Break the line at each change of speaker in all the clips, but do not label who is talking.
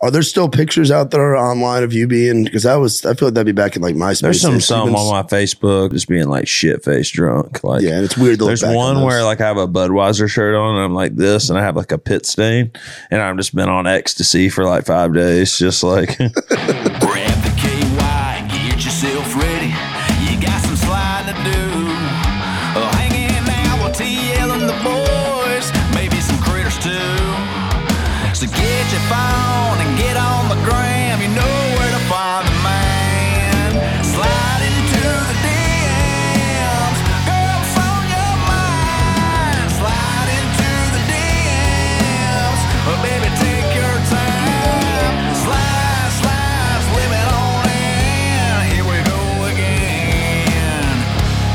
Are there still pictures out there online of you being? Because I was, I feel like that'd be back in like MySpace.
There's some
It's
some
even-
on my Facebook just being like shit face drunk. Like
yeah, and it's weird. To look
there's
back on
one
those.
where like I have a Budweiser shirt on and I'm like this and I have like a pit stain and I've just been on ecstasy for like five days, just like
Grab the KY and get yourself ready. You got some sliding to do. Oh, hanging out with TL and the boys, maybe some critters too. So get your phone and get on the gram. You know where to find the man. Slide into the DMs. Girls on your mind. Slide into the DMs. But baby, take your time. Slide, slide, slip it on in. Here we go again.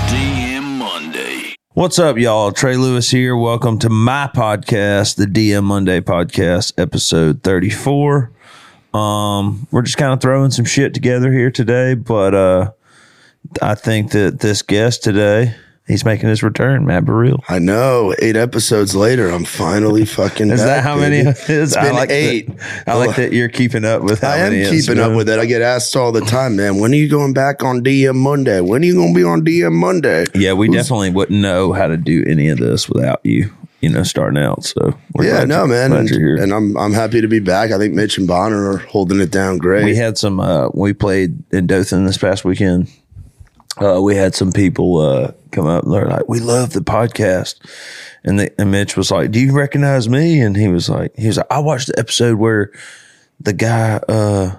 DM Monday.
What's up, y'all? Trey Lewis here. Welcome to my podcast, the DM Monday Podcast, episode 34. Um, we're just kind of throwing some shit together here today, but uh I think that this guest today, he's making his return, Matt Burrell.
I know. Eight episodes later, I'm finally fucking.
Is that
back,
how
baby.
many it is? I
been
like
eight.
That, I like that you're keeping up with how
I am
many it's
keeping up
been.
with it. I get asked all the time, man. When are you going back on DM Monday? When are you going to be on DM Monday?
Yeah, we definitely wouldn't know how to do any of this without you, you know, starting out. So we're
yeah,
glad
no,
you-
man.
glad
And,
you're here.
and I'm I'm happy to be back. I think Mitch and Bonner are holding it down great.
We had some. Uh, we played in Dothan this past weekend. Uh, we had some people uh, come up and they're like, "We love the podcast," and, the, and Mitch was like, "Do you recognize me?" And he was like, "He was like, I watched the episode where the guy uh,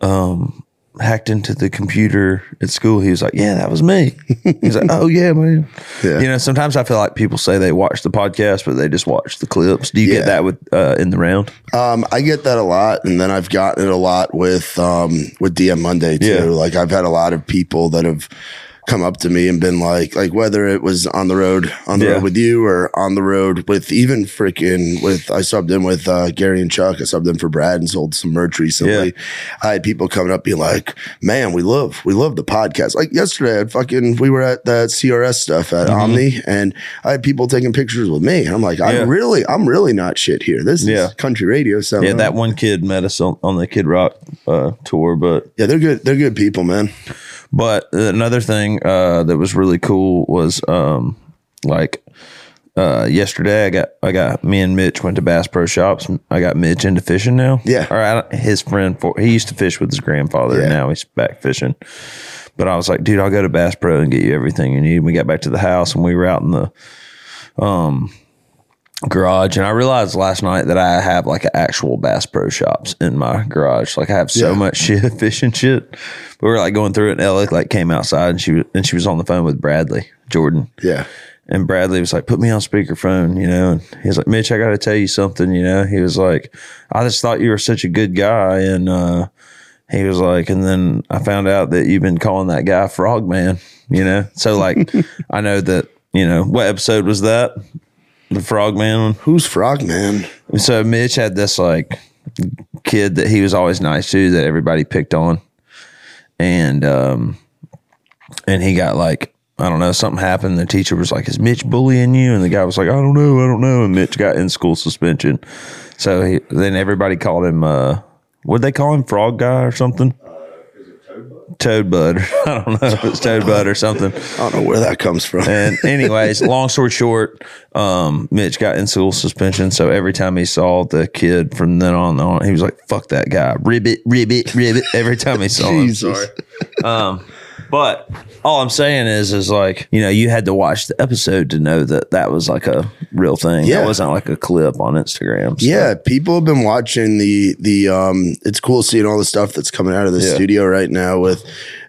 um, hacked into the computer at school." He was like, "Yeah, that was me." He's like, "Oh yeah, man."
Yeah.
You know, sometimes I feel like people say they watch the podcast, but they just watch the clips. Do you
Yeah.
get that with uh, in the round?
Um, I get that a lot, and then I've gotten it a lot with um, with DM Monday too.
Yeah.
Like I've had a lot of people that have come up to me and been like, like whether it was on the road, on the
Yeah.
road with you, or on the road with even freaking with I subbed in with uh, Gary and Chuck. I subbed in for Brad and sold some merch recently. I had people coming up being like, "Man, we love we love the podcast." Like yesterday, I fucking we were at that CRS stuff at
Mm-hmm.
Omni, and I had people taking pictures with me. I'm like,
Yeah.
I'm really I'm really not shit here. This is
Yeah.
country radio. So
Yeah, that one kid met us on, on the Kid Rock uh, tour, but
yeah, they're good. They're good people, man.
but another thing uh, that was really cool was um, like uh, yesterday I got I got me and Mitch went to Bass Pro Shops. I got Mitch into fishing now.
Yeah.
or I, don't- his friend for he used to fish with his grandfather.
Yeah.
and Now he's back fishing. But I was like, dude, I'll go to Bass Pro and get you everything you need. We got back to the house and we were out in the um, garage and I realized last night that I have like actual Bass Pro shops in my garage. Like I have so
Yeah.
much shit, fishing shit. We were like going through it and Ella like came outside and she was and she was on the phone with Bradley Jordan.
Yeah,
And Bradley was like, put me on speakerphone, you know. And he was like, Mitch, I got to tell you something, you know. He was like, I just thought you were such a good guy. And uh, he was like, and then I found out that you've been calling that guy Frogman, you know. So, like, I know that, you know, what episode was that? The Frogman one?
who's Frog Man?
So Mitch had this like kid that he was always nice to that everybody picked on, and um, and he got like I don't know something happened. The teacher was like, "Is Mitch bullying you?" And the guy was like, "I don't know, I don't know." And Mitch got in school suspension. So he, then everybody called him uh, what they call him, Frog Guy or something. Uh, Toad Bud. I don't know if it's Toad Bud or something.
I don't know where that comes from.
And anyways, long story short, um, Mitch got in school suspension. So every time he saw the kid from then on, on he was like, "Fuck that guy, ribbit, ribbit, ribbit." Every time he saw him, Um,
Jesus.
but all I'm saying is, is like you know, you had to watch the episode to know that that was like a real thing.
Yeah.
That wasn't like a clip on Instagram. So-
Yeah, people have been watching the the um it's cool seeing all the stuff that's coming out of the
Yeah.
studio right now with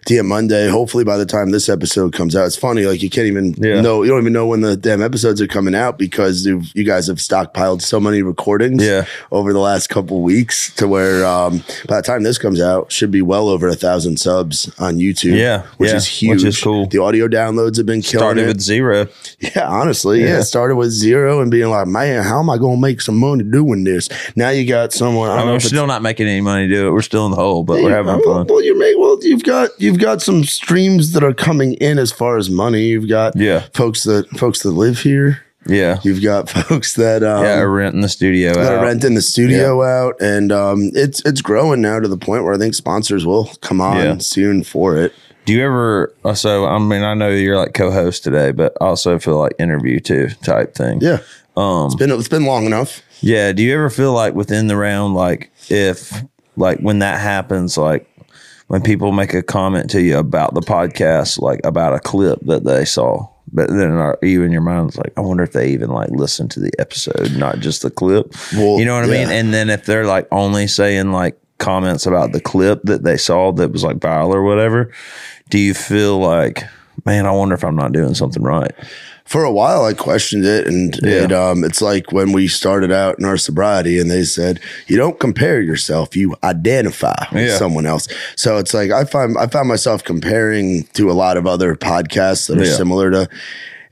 DM Monday. Hopefully by the time this episode comes out, it's funny, like you can't even
Yeah.
know you don't even know when the damn episodes are coming out because you've, you guys have stockpiled so many recordings
Yeah.
over the last couple weeks to where um by the time this comes out should be well over a thousand subs on YouTube.
Yeah,
Which
yeah,
is huge.
which is cool.
The audio downloads have been killing
Started
it.
with zero.
Yeah, honestly, yeah.
Yeah.
It started with zero and being like, man, how am I going to make some money doing this? Now you got someone. I
I
don't
mean,
know
we're
if it's-
still not making any money to do it. We're still in the hole, but Oh, we're having
well,
fun.
Well, you may. Well, you've got you've got some streams that are coming in as far as money. You've got
Yeah.
folks that folks that live here.
Yeah.
You've got folks that um,
yeah, renting the studio
that
out.
are renting the studio out, and um, it's it's growing now to the point where I think sponsors will come on
Yeah.
soon for it.
Do you ever? uh, So I mean, I know you're like co-host today, but also feel like interview too type thing.
Yeah,
Um,
it's been it's been long enough.
Yeah. Do you ever feel like within the round, like if like when that happens, like when people make a comment to you about the podcast, like about a clip that they saw, but then are you in your mind's like, I wonder if they even like listen to the episode, not just the clip.
Well,
you know what I mean?
yeah.
And then if they're like only saying like comments about the clip that they saw that was like viral or whatever, do you feel like, man, I wonder if I'm not doing something right?
for a while I questioned it and
Yeah.
it, um, it's like when we started out in our sobriety and they said, you don't compare yourself, you identify with
Yeah.
someone else. So it's like, I find, I found myself comparing to a lot of other podcasts that are
Yeah.
similar to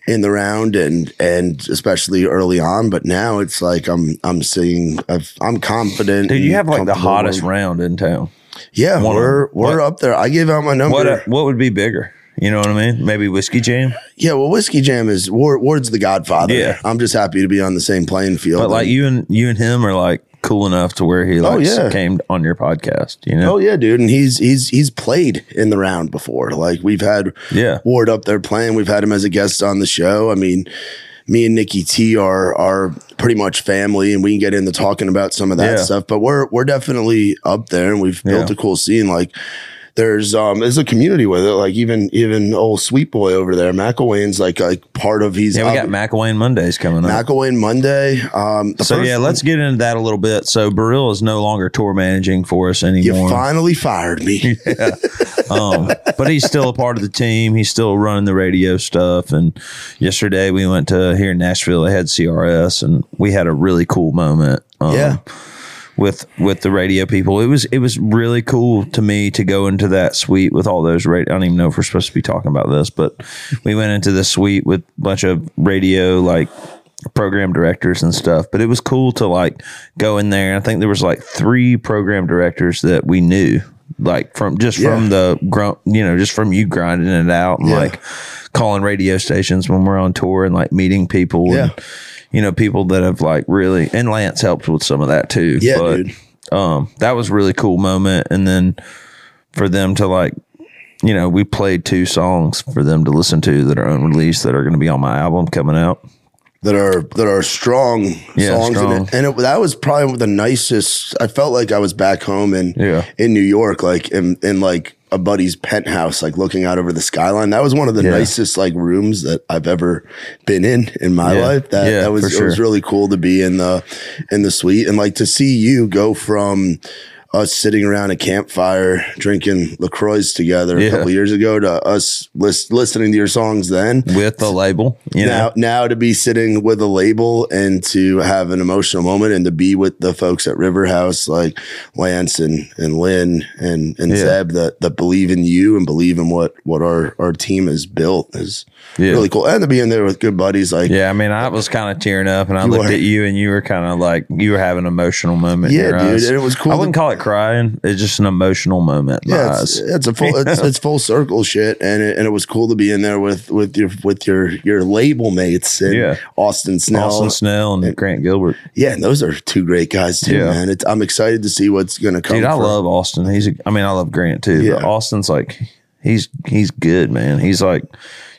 in the round and, and especially early on. But now it's like, I'm, I'm seeing, I've, I'm confident.
Dude,
and
you have like the
comfortable
hottest
when-
round in town.
yeah,
one of
we're,
them.
we're
What-
up there. I gave out my number.
What what would be bigger? You know what I mean? Maybe whiskey jam,
yeah. Well, whiskey jam is Ward, Ward's the godfather.
Yeah.
I'm just happy to be on the same playing field.
but like
And-
you and you and him are like cool enough to where he like
Oh, yeah.
came on your podcast. You know?
Oh yeah, dude, and he's he's he's played in the round before. Like we've had
Yeah.
Ward up there playing. We've had him as a guest on the show. I mean, me and Nikki T are are pretty much family, and we can get into talking about some of that
Yeah.
stuff. But we're we're definitely up there, and we've built
Yeah.
a cool scene. Like there's um there's a community with it. Like even even old Sweet Boy over there, McElwain's like like part of he's
Yeah, we
up-
got McElwain Mondays coming up.
McElwain Monday. Um, the
so
first-
yeah, let's get into that a little bit. So Burrill is no longer tour managing for us
you
anymore.
finally fired me.
um, but he's still a part of the team. He's still running the radio stuff. And yesterday we went to here in Nashville. They had CRS, and we had a really cool moment. Um,
Yeah.
With with the radio people, it was it was really cool to me to go into that suite with all those radio. I don't even know if we're supposed to be talking about this, but we went into the suite with a bunch of radio like program directors and stuff. But it was cool to like go in there. I think there was like three program directors that we knew, like from just
Yeah.
from the grunt, you know, just from you grinding it out and
Yeah.
like calling radio stations when we're on tour and like meeting people.
Yeah.
And, you know, people that have like really, and Lance helped with some of that too.
Yeah, dude.
Um, that was a really cool moment. And then for them to like, you know, we played two songs for them to listen to that are unreleased that are going to be on my album coming out.
that are that are strong
Yeah,
songs in
strong.
it. and it, that was probably the nicest i felt like i was back home in
Yeah.
in new york like in, in like a buddy's penthouse like looking out over the skyline that was one of the
Yeah.
nicest like rooms that i've ever been in in my
Yeah.
life that,
Yeah,
that was
for
it was
sure.
really cool to be in the in the suite and like to see you go from us sitting around a campfire drinking LaCroix together a
Yeah.
couple years ago to us lis- listening to your songs then
with the label. You
now,
know,
now to be sitting with a label and to have an emotional moment and to be with the folks at River House, like Lance and, and Lynn and, and
Yeah.
Zeb that, that believe in you and believe in what, what our, our team has built is
Yeah.
really cool. And to be in there with good buddies, like,
yeah. I mean, I was kind of tearing up, and I
You
looked
were.
at you, and you were kind of like you were having an emotional moment. in
Yeah,
your
dude,
eyes.
and it was cool
I
to-
wouldn't call it crying; it's just an emotional moment. in my
yeah, it's, uh,
eyes.
it's a full, it's, it's full circle shit, and it, and it was cool to be in there with with your with your your label mates and
Yeah.
Austin Snell,
Austin Snell and Grant Gilbert.
yeah, and those are two great guys too,
Yeah.
man. It's, I'm excited to see what's gonna come.
Dude, I
from-
love Austin. He's, a, I mean, I love Grant too. But
Yeah.
Austin's like, he's he's good, man. He's like,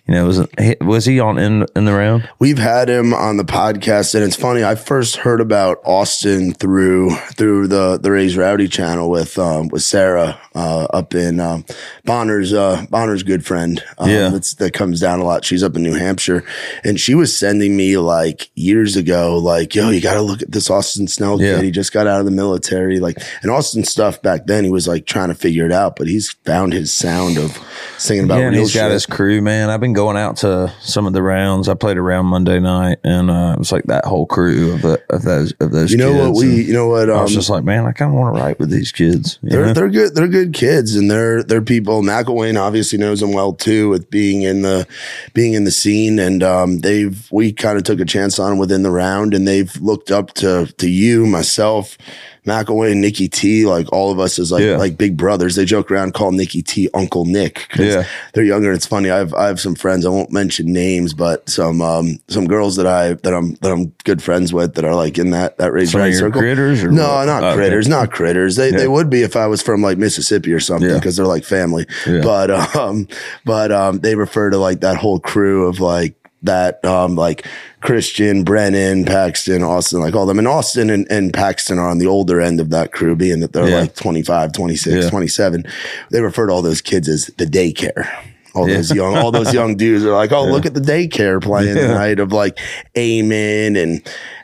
you know, was he, was he on in in the round?
we've had him on the podcast and it's funny i first heard about austin through through the the raise rowdy channel with um with sarah uh up in um bonner's uh bonner's good friend um,
Yeah.
that's that comes down a lot she's up in new hampshire and she was sending me like years ago like yo you gotta look at this austin snell
Yeah.
kid he just got out of the military like and austin stuff back then he was like trying to figure it out but he's found his sound of singing about
yeah, and
real
he's got
shit.
his crew, man. I've been going out to some of the rounds. I played around Monday night, and uh, it was like that whole crew of, the, of those of those.
you know
kids.
what we
And
you know what
I
um
was just like, man, I kind of want to write with these kids. you
They're
know?
they're good they're good kids and they're they're people. McElwain obviously knows them well too with being in the being in the scene and um, they've we kind of took a chance on 'em within the round and they've looked up to to you myself. McElwain, Nikki T, like all of us is like
Yeah.
like big brothers. They joke around call Nikki T Uncle Nick. 'cause
Yeah.
They're younger. It's funny. I've I have some friends, I won't mention names, but some um some girls that I that I'm that I'm good friends with that are like in that that race
Some of
right
your
circle.
critters or
no,
what?
not
Oh, okay.
critters, not critters. They
Yeah.
they would be if I was from like Mississippi or something
Yeah.
because they're like family.
Yeah.
But um but um they refer to like that whole crew of like that um like Christian, Brennan, Paxton, Austin, like all them. And Austin and, and Paxton are on the older end of that crew, being that they're
Yeah.
like 25, 26,
Yeah.
27. They refer to all those kids as the daycare. All
Yeah.
those young, all those young dudes are like, oh, look at the daycare playing
Yeah.
tonight of like Eamon and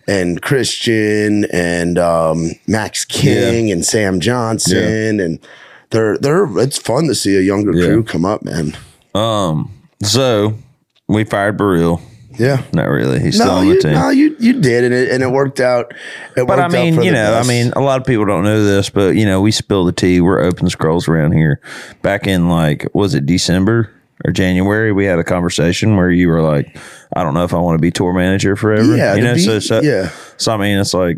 and Christian and um, Max King and Sam Johnson and they're they're it's fun to see a younger
Yeah.
crew come up, man.
Um, So we fired Baril.
Yeah.
Not really. He's still
No,
on the
you,
team.
no, you you did, and it and it worked out. It
But
worked
I
out
mean,
for
you
the
know,
best.
I mean, a lot of people don't know this, but you know, we spill the tea. We're open scrolls around here. Back in like, was it December or January? We had a conversation where you were like, "I don't know if I want to be tour manager forever."
Yeah,
you
to
know,
be-
so, so
yeah.
So I mean, it's like,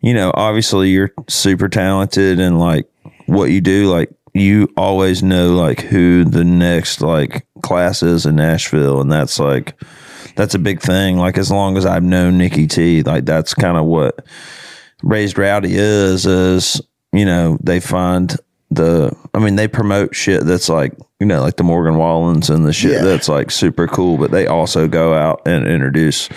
you know, obviously you're super talented and like what you do, like you always know like who the next like class is in Nashville, and that's like that's a big thing. Like as long as I've known Nikki T, like that's kind of what Raised Rowdy is. Is you know they find the. I mean they promote shit that's like you know like the Morgan Wallens and the shit
Yeah.
that's like super cool, but they also go out and introduce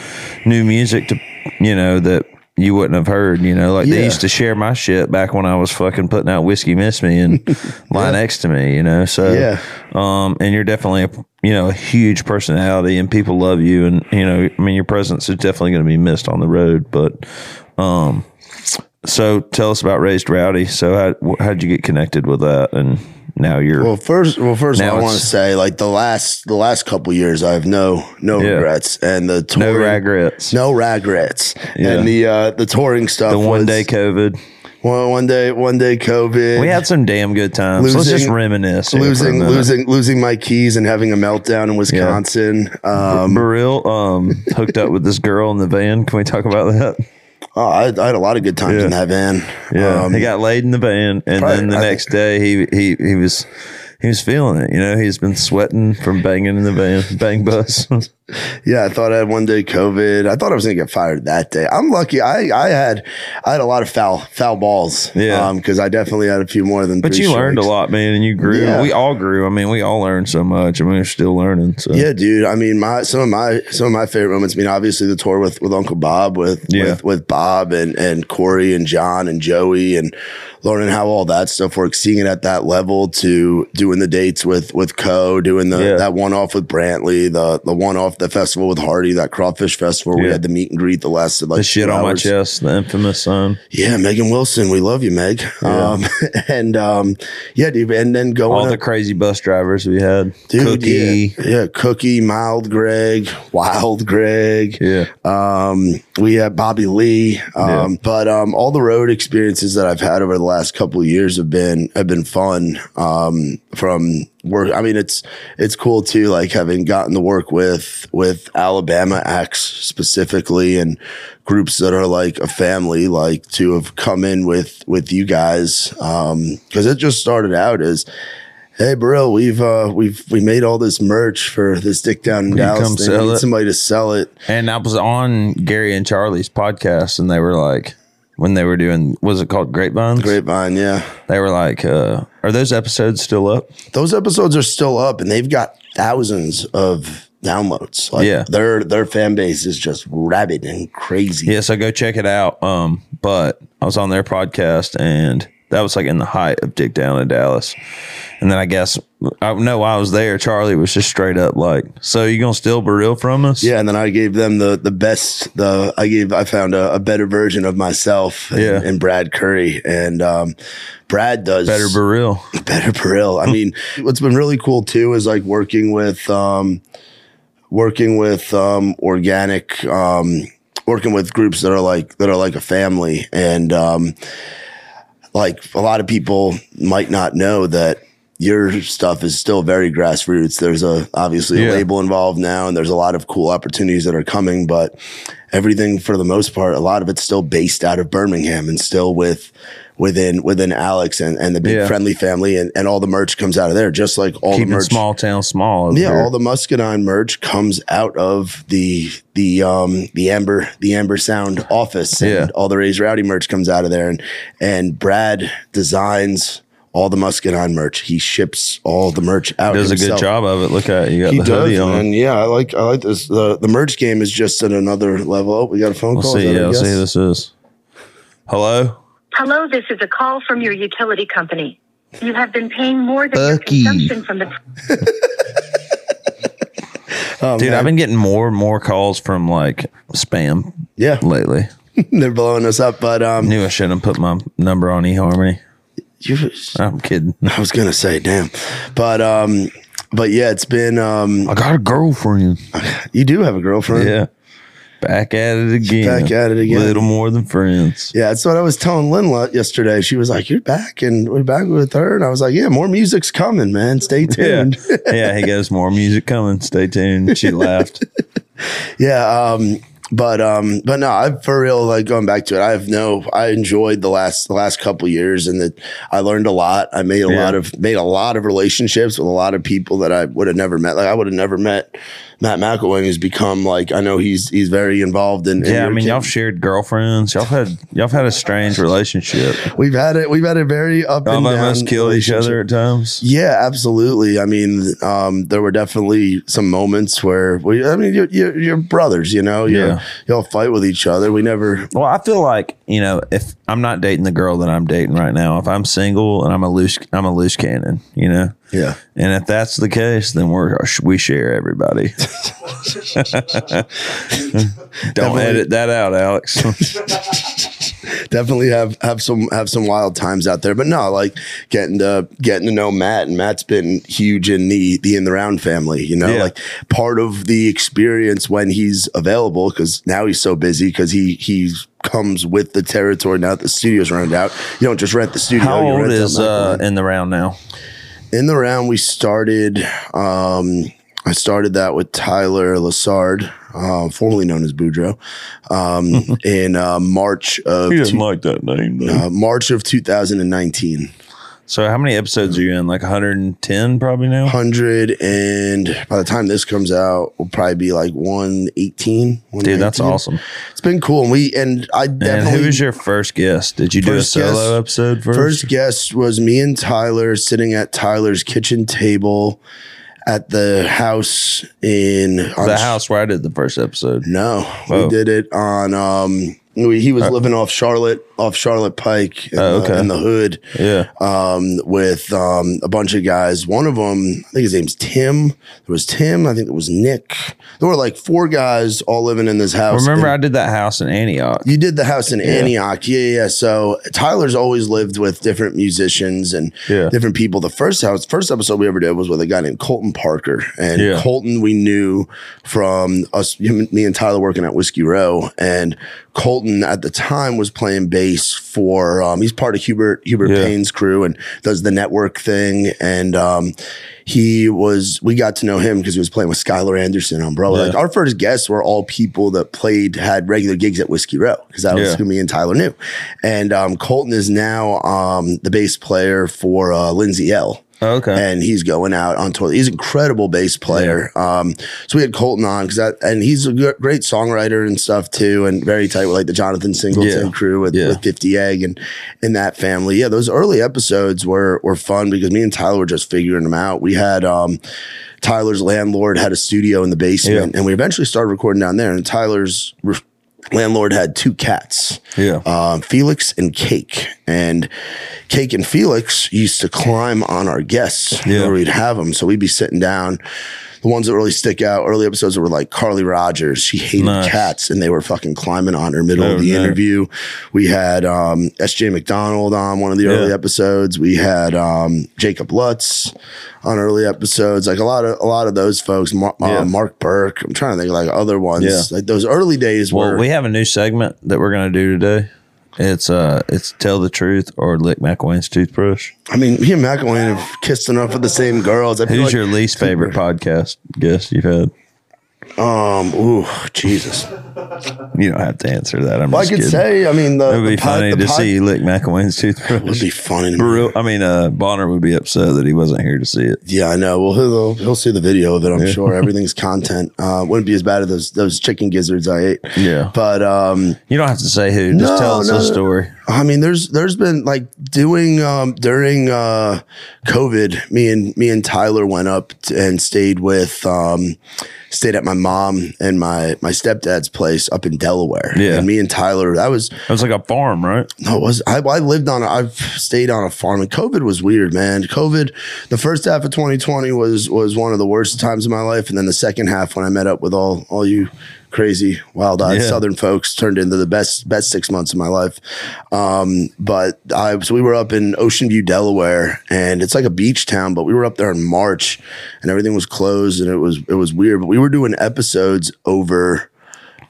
new music to you know that. You wouldn't have heard, you know, like
Yeah.
they used to share my shit back when I was fucking putting out whiskey miss me and lie next to me, you know. So
Yeah.
um, and you're definitely a you know a huge personality, and people love you, and you know, I mean, your presence is definitely going to be missed on the road. But, um, so tell us about Raised Rowdy. So how wh- how'd you get connected with that, and now you're
Well, first, well, first, of
Now
all, I
it's-
want to say, like the last, the last couple years, I have no, no
Yeah.
regrets, and the
no
touring,
regrets.
no regrets,
Yeah.
and the uh, the touring stuff.
the one
was-
day COVID,
well, one day, one day, COVID.
we had some damn good times. Let's just
Losing-
reminisce. here for a
losing,
minute.
losing, losing my keys and having a meltdown in Wisconsin. Um,
Burrill um, hooked up with this girl in the van. Can we talk about that?
oh, I, I had a lot of good times
Yeah.
in that van.
Yeah,
Um,
he got laid in the van, and
probably-
then the
I
next day he he he was he was feeling it. You know, he's been sweating from banging in the van, bang bus.
Yeah, I thought I had one day COVID. I thought I was gonna get fired that day. I'm lucky. I I had I had a lot of foul foul balls.
Yeah.
because I definitely had a few more than.
but
three
you learned a
strikes.
lot, man, and you grew.
Yeah.
We all grew. I mean, we all learned so much. I mean, we're still learning. So
Yeah, dude. I mean, my some of my some of my favorite moments. I mean, obviously the tour with with Uncle Bob, with
Yeah.
with, with Bob and and Corey and John and Joey, and learning how all that stuff works. Seeing it at that level to doing the dates with with Co, doing the
Yeah.
that one off with Brantley, the the one off the festival with Hardy, that crawfish festival. Where we
Yeah.
had the meet and greet that lasted like
the shit
two
on my
hours.
chest, the infamous son.
Yeah, Megan Wilson, we love you, Meg. Um, and um, yeah, dude, and then going
All
up-
the crazy bus drivers we had,
Dude,
Cookie.
Yeah, yeah, Cookie, Mild Greg, Wild Greg.
Yeah. Uh,
Um, we had Bobby Lee. Um,
Yeah.
but um, all the road experiences that I've had over the last couple of years have been have been fun. Um, from work, I mean, it's it's cool too. Like having gotten to work with with Alabama acts specifically and groups that are like a family, like to have come in with with you guys. Um, because it just started out as Hey, bro, we've uh, we've we made all this merch for this Dick Down in
you
Dallas.
come
They
sell
need
it?
somebody to sell it.
And I was on Gary and Charlie's podcast, and they were like, when they were doing, was it called Grapevines?
Grapevine, yeah.
They were like, uh, are those episodes still up?
Those episodes are still up, and they've got thousands of downloads. Like,
Yeah.
their their fan base is just rabid and crazy.
Yeah, so go check it out. Um, but I was on their podcast, and that was like in the height of Dick Down in Dallas. And then I guess I know I was there. Charlie was just straight up like, "So you gonna steal Burrell from us?"
Yeah, and then I gave them the the best. The I gave I found a, a better version of myself. And,
Yeah.
and Brad Curry and um, Brad does
better Burrell.
better Peril. I mean, what's been really cool too is like working with um working with um organic um working with groups that are like that are like a family and um like a lot of people might not know that your stuff is still very grassroots. There's a obviously
Yeah.
a label involved now, and there's a lot of cool opportunities that are coming. But everything, for the most part, a lot of it's still based out of Birmingham and still with within within Alex and, and the big
Yeah.
friendly family, and, and all the merch comes out of there, just like all the
Keeping
merch.
small town small. over
Yeah,
here.
all the Muscadine merch comes out of the the um the Amber the Amber Sound office. And
Yeah.
all the Raised Rowdy merch comes out of there, and and Brad designs all the Muscadine merch. He ships all the merch out.
does a
himself.
good job of it. Look at it. You got
He
the hoodie
does,
on.
man. Yeah, I like I like this. The the merch game is just at another level. Oh, we got a phone
Let's
call.
see.
Is that
Yeah,
a
let's see
guess?
who this is. Hello?
Hello, this is a call from your utility company. You have been paying more than your
Bucky.
consumption from the
Oh,
Dude,
man.
I've been getting more and more calls from like spam
yeah,
lately.
they're blowing us up. But um,
Knew I shouldn't have put my number on eHarmony.
you,
I'm kidding.
I was gonna say, damn, but um, but yeah, it's been um,
I got a girlfriend.
you do have a girlfriend.
Yeah. Back at it again.
Back at it again.
Little more than friends.
Yeah, that's what I was telling Lynn lo- yesterday. She was like, "You're back, and we're back with her." And I was like, "Yeah, more music's coming, man. Stay
Yeah.
tuned."
yeah, he goes, more music coming. Stay tuned. She laughed.
yeah, um, but um, but no, I for real like going back to it. I have no. I enjoyed the last the last couple years, and that I learned a lot. I made a
Yeah.
lot of made a lot of relationships with a lot of people that I would have never met. Like I would have never met Matt McElwain, who's become like I know he's he's very involved in. in
Yeah, I
your
mean,
kid-
y'all shared girlfriends. Y'all had y'all had a strange relationship.
we've had it. We've had a very up
Y'all
and down
almost killed each
relationship.
other at times.
Yeah, absolutely. I mean, um, there were definitely some moments where we, I mean, you're, you're, you're brothers, you know, you
Yeah.
y'all fight with each other. We never,
Well, I feel like you know, if I'm not dating the girl that I'm dating right now, if I'm single and I'm a loose, I'm a loose cannon, you know.
yeah,
And if that's the case, then we're we share everybody. Don't
Definitely.
edit that out, Alex.
definitely have, have some, have some wild times out there, but no, like getting to, getting to know Matt and Matt's been huge in the, the in the round family, you know,
Yeah.
like part of the experience when he's available because now he's so busy because he, he's, comes with the territory now that the studio's rented out you don't just rent the studio
How
you
old
rent the
is uh, in the round now?
in the round we started um I started that with Tyler Lassard, uh, formerly known as Boudreaux, um, in uh, March of two-
like that name.
uh, March of 2019.
So how many episodes are you in? Like 110 probably now.
Hundred and by the time this comes out, will probably be like 118.
Dude, that's
119.
awesome.
It's been cool, and we and I
And
definitely
who was your first guest? Did you do a
First guest-
solo episode first?
First guest was me and Tyler sitting at Tyler's kitchen table at the house in
the house where I did the first episode.
No,
Oh.
we did it on. Um, we, he was living off Charlotte, off Charlotte Pike, in,
Uh, Oh,
the-
okay.
in the hood,
Yeah.
um, with um, a bunch of guys. One of them, I think his name's Tim. There was Tim. I think it was Nick. There were like four guys all living in this house.
Remember,
And
I did that house in Antioch.
you did the house in Antioch, yeah, yeah. So Tyler's always lived with different musicians and
Yeah.
different people. The first house, first episode we ever did was with a guy named Colton Parker, and
Yeah.
Colton we knew from us, him- me and Tyler working at Whiskey Row, and Colton at the time was playing bass for. Um, he's part of Hubert Hubert
Yeah.
Payne's crew and does the network thing, and um, he was. We got to know him because he was playing with Skylar Anderson on Bro. Like
Yeah.
our first guests were all people that played had regular gigs at Whiskey Row because that was
Yeah.
who me and Tyler knew, and um, Colton is now um, the bass player for uh, Lindsay L
Okay.
and he's going out on tour. He's an incredible bass player. Um, so we had Colton on because that, and he's a gr- great songwriter and stuff too, and very tight with like the Jonathan Singleton
Yeah.
crew with,
Yeah.
with Fifty Egg and and that family. Yeah, those early episodes were were fun because me and Tyler were just figuring them out. We had um, Tyler's landlord had a studio in the basement, and we eventually started recording down there. And Tyler's re- landlord had two cats
yeah.
uh, Felix and Cake. And Cake and Felix used to climb on our guests
Yeah.
where we'd have them. So we'd be sitting down. The ones that really stick out, early episodes were like Carly Rogers. She hated
Nice.
cats and they were fucking climbing on her middle
Oh,
of the
no.
interview. We had um, SJ McDonald on one of the early
Yeah.
episodes. We had um, Jacob Lutz on early episodes. Like a lot of a lot of those folks. Mar- uh,
Yeah.
Mark Burke. I'm trying to think of like other ones.
Yeah.
Like those early days
well,
were
we have a new segment that we're going to do today. It's uh, it's tell the truth or lick McElwain's toothbrush.
I mean, he and McElwain have kissed enough of the same girls. I feel
Who's
like-
your least favorite podcast guest you've had?
Um, ooh, Jesus.
You don't have to answer that. I'm
Well, I
just
could
kidding.
say, I mean, the,
it would
the
be
pod-
funny
the
to
pod-
see you lick McElwain's toothbrush.
It would be funny. To me.
Real, I mean, uh, Bonner would be upset that he wasn't here to see it.
Yeah, I know. Well, he'll he'll see the video of it. I'm sure everything's content. Uh, wouldn't be as bad as those those chicken gizzards I ate.
Yeah.
but um,
You don't have to say who. Just
No,
tell us
no,
the
no.
story.
I mean, there's there's been like doing um, during uh, COVID. Me and me and Tyler went up t- and stayed with um, stayed at my mom and my my stepdad's place up in Delaware.
Yeah.
and me and Tyler. That was
It was like a farm, right?
no, it was I, I lived on. A, I've stayed on a farm, and COVID was weird, man. COVID, the first half of 2020 was was one of the worst times of my life, and then the second half when I met up with all all you crazy, wild eyed
Yeah.
Southern folks turned into the best best six months of my life. Um, but I so we were up in Ocean View, Delaware, and it's like a beach town, but we were up there in March, and everything was closed, and it was it was weird. But we were doing episodes over.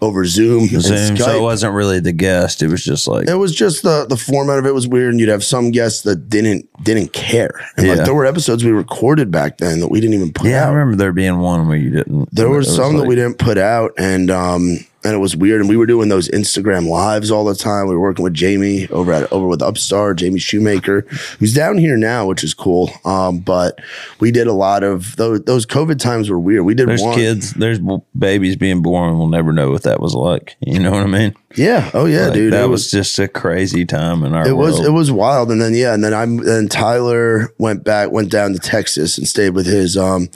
Over Zoom, and
Zoom.
Skype.
So it wasn't really the guest. It was just like
It was just the the format of it was weird, and you'd have some guests that didn't didn't care. And like
Yeah.
there were episodes we recorded back then that we didn't even put
Yeah, I
out.
remember there being one where you didn't.
There
it
were
was
some that
like-
we didn't put out, and um and it was weird. And we were doing those Instagram lives all the time. We were working with Jamie over at over with Upstart, Jamie Shoemaker, who's down here now, which is cool. Um, but we did a lot of those. Those COVID times were weird. We did
There's
one.
kids. There's w- babies being born. We'll never know what that was like. You know what I mean?
Yeah. Oh yeah,
Like,
dude.
That
It
was, just a crazy time in our
It was
world.
it was wild, and then yeah, and then I'm and Tyler went back went down to Texas and stayed with his um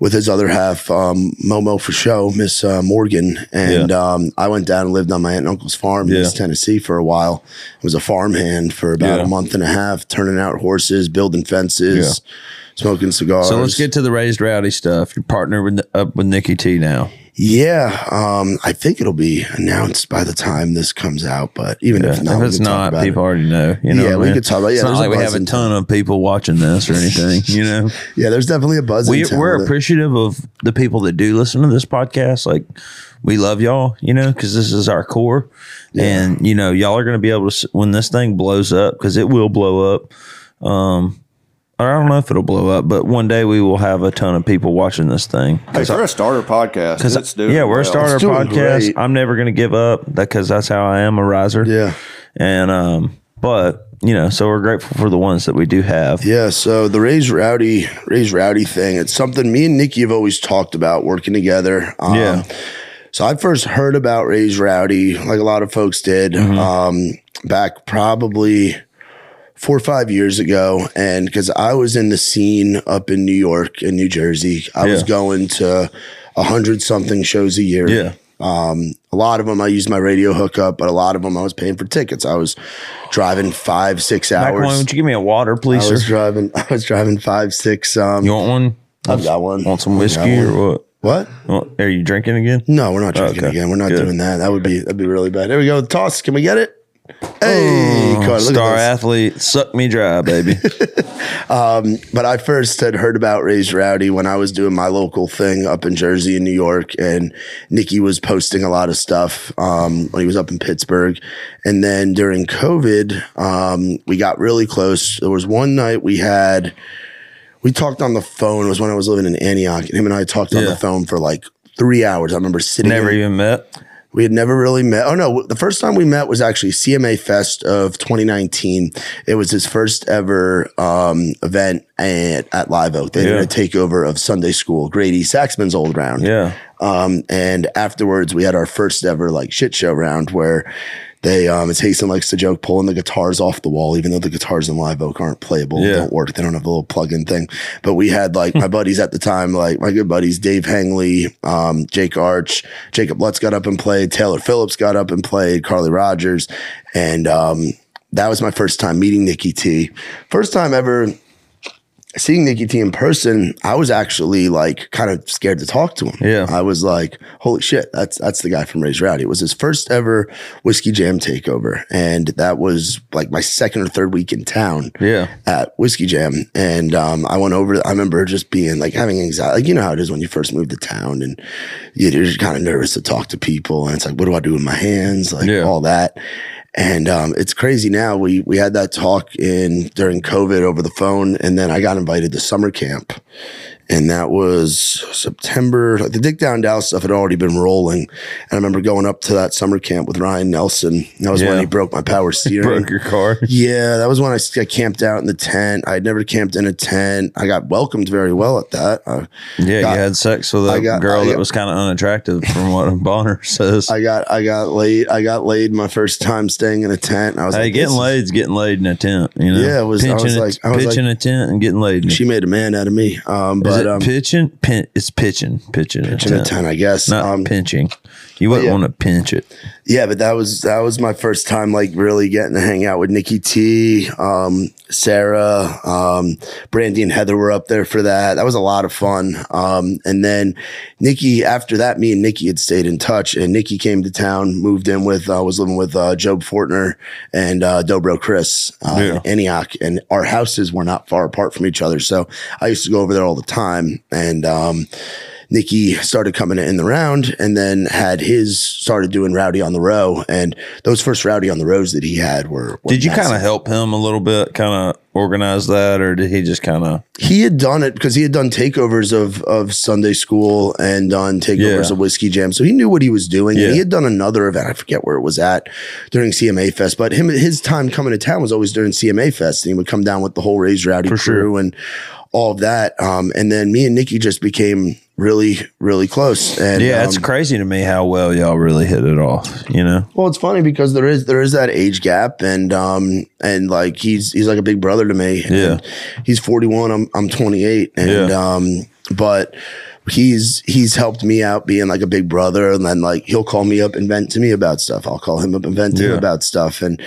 with his other half um Momo for show Miss uh, Morgan, and um I went down and lived on my aunt and uncle's farm in
Yeah.
East Tennessee for a while. I was a farmhand for about
Yeah.
a month and a half, turning out horses, building fences, smoking cigars.
so let's get to the raised rowdy stuff. Your partner with, up with Nikki T now.
yeah. Um, I think it'll be announced by the time this comes out, but even if not,
if
we
it's
can talk
not,
about it.
people already know. You know
Yeah,
what I
we
mean?
could talk about- yeah,
it's not
there's a
like we have a
buzz
ton of people watching this or anything. You know,
yeah, there's definitely a buzz. in
we
town
we're
with it.
appreciative of the people that do listen to this podcast. Like we love y'all, you know, because this is our core, and you know, y'all are going to be able to s- when this thing blows up because it will blow up. Um, I don't know if it'll blow up, but one day we will have a ton of people watching this thing.
Hey, we're a starter podcast. It's doing
yeah, we're
well.
a starter
It's doing
podcast.
great.
I'm never going to give up because that's how I am a riser.
Yeah.
and um, but you know, so we're grateful for the ones that we do have.
Yeah, so the Raise Rowdy, Raise Rowdy thing, it's something me and Nikki have always talked about working together. Um,
Yeah.
So I first heard about Raise Rowdy, like a lot of folks did,
Mm-hmm.
um, back probably four or five years ago. And because I was in the scene up in New York and New Jersey, I was
Yeah.
going to a hundred something shows a year. Um,
yeah.
A lot of them I used my radio hookup, but a lot of them I was paying for tickets. I was driving five, six
Back
hours.
one, would you give me a water, please,
I was
sir?
driving. I was driving five, six. Um,
You want one?
I've got one.
Want some
I've got
whiskey
one.
or what?
What?
Well, are you drinking again?
No, we're not drinking
Okay.
again. We're not
Good.
doing that. That would be that'd be really bad. There we go. Toss. Can we get it? Hey, Carter, look
Oh, Um, Star
at
athlete, suck me dry, baby.
this. But I first had heard about Raised Rowdy when I was doing my local thing up in Jersey and New York, and Nikki was posting a lot of stuff um, when he was up in Pittsburgh. And then during COVID, um, we got really close. There was one night we had. we talked on the phone. It was when I was living in Antioch, and him and I talked on
Yeah.
the phone for like three hours. I remember sitting.
Never
in-
even met.
we had never really met. Oh no, the first time we met was actually CMA Fest of 2019. It was his first ever um, event at, at Live Oak. They
Yeah.
did a takeover of Sunday School, Grady Saxman's old round.
Yeah.
Um, and afterwards, we had our first ever like shit show round where they, um, as Hasten likes to joke, pulling the guitars off the wall, even though the guitars in Live Oak aren't playable,
Yeah.
don't work. They don't have the little plug in thing. But we had like my buddies at the time, like my good buddies, Dave Hangley, um, Jake Arch, Jacob Lutz got up and played, Taylor Phillips got up and played, Carly Rogers. And, um, that was my first time meeting Nikki T. First time ever seeing Nikki T in person, I was actually like kind of scared to talk to him.
Yeah.
I was like, holy shit, that's that's the guy from Raised Rowdy. It was his first ever whiskey jam takeover. And that was like my second or third week in town
Yeah.
at Whiskey Jam. And um, I went over, I remember just being like having anxiety. Like, you know how it is when you first move to town and you're just kind of nervous to talk to people. And it's like, what do I do with my hands? Like
Yeah.
all that. And um, it's crazy now. We we had that talk in during COVID over the phone, and then I got invited to summer camp, and that was September. The Dick Down Dallas stuff had already been rolling, and I remember going up to that summer camp with Ryan Nelson. That was when
Yeah.
he broke my power steering.
Broke your car.
Yeah, that was when I, s- I camped out in the tent. I had never camped in a tent. I got welcomed very well at that. Uh, I
Yeah,
got-
you had sex with
I
a
got-
girl
I
that
got-
was kind of unattractive, from what Bonner says.
I got I got laid. I got laid my first time staying in a tent. I was
hey,
like,
getting
this-
laid's getting laid in a tent. You know,
Yeah, it was- I
pitching,
was
a,
like- I was
pitching a tent and getting laid. in it.
She made a man out of me. Um,
Is
but
it
um,
pitching? Pin, it's pitching. Pitching.
in a tent, I guess.
Not
um,
pinching. You wouldn't
yeah.
want to pinch it.
yeah, but that was that was my first time like really getting to hang out with Nikki T, um, Sarah, um, Brandy, and Heather were up there for that. That was a lot of fun. Um, and then Nikki, after that, me and Nikki had stayed in touch, and Nikki came to town, moved in with, uh, was living with uh, Job Fortner and uh, Dobro Chris uh,
Yeah.
in Antioch, and our houses were not far apart from each other, so I used to go over there all the time, and. Um, Nikki started coming in the round and then had his started doing Rowdy on the Row. And those first Rowdy on the Rows that he had were. were
Did you
massive.
kind of help him a little bit? Kind of organize that, or did he just kind of?
He had done it because he had done takeovers of, of Sunday school and done takeovers
Yeah.
of Whiskey Jam. So he knew what he was doing.
Yeah.
And he had done another event. I forget where it was at during CMA Fest, but him, his time coming to town was always during CMA Fest. And he would come down with the whole Raise Rowdy
For sure.
crew and all of that. Um, and then me and Nikki just became really, really close. And
Yeah,
um,
it's crazy to me how well y'all really hit it off. You know,
Well, it's funny because there is there is that age gap, and um and like he's he's like a big brother to me.
Yeah.
and he's forty one. I'm I'm twenty eight, and
Yeah.
um but. He's he's helped me out being like a big brother, and then like he'll call me up and vent to me about stuff. I'll call him up and vent to him
Yeah.
about stuff, and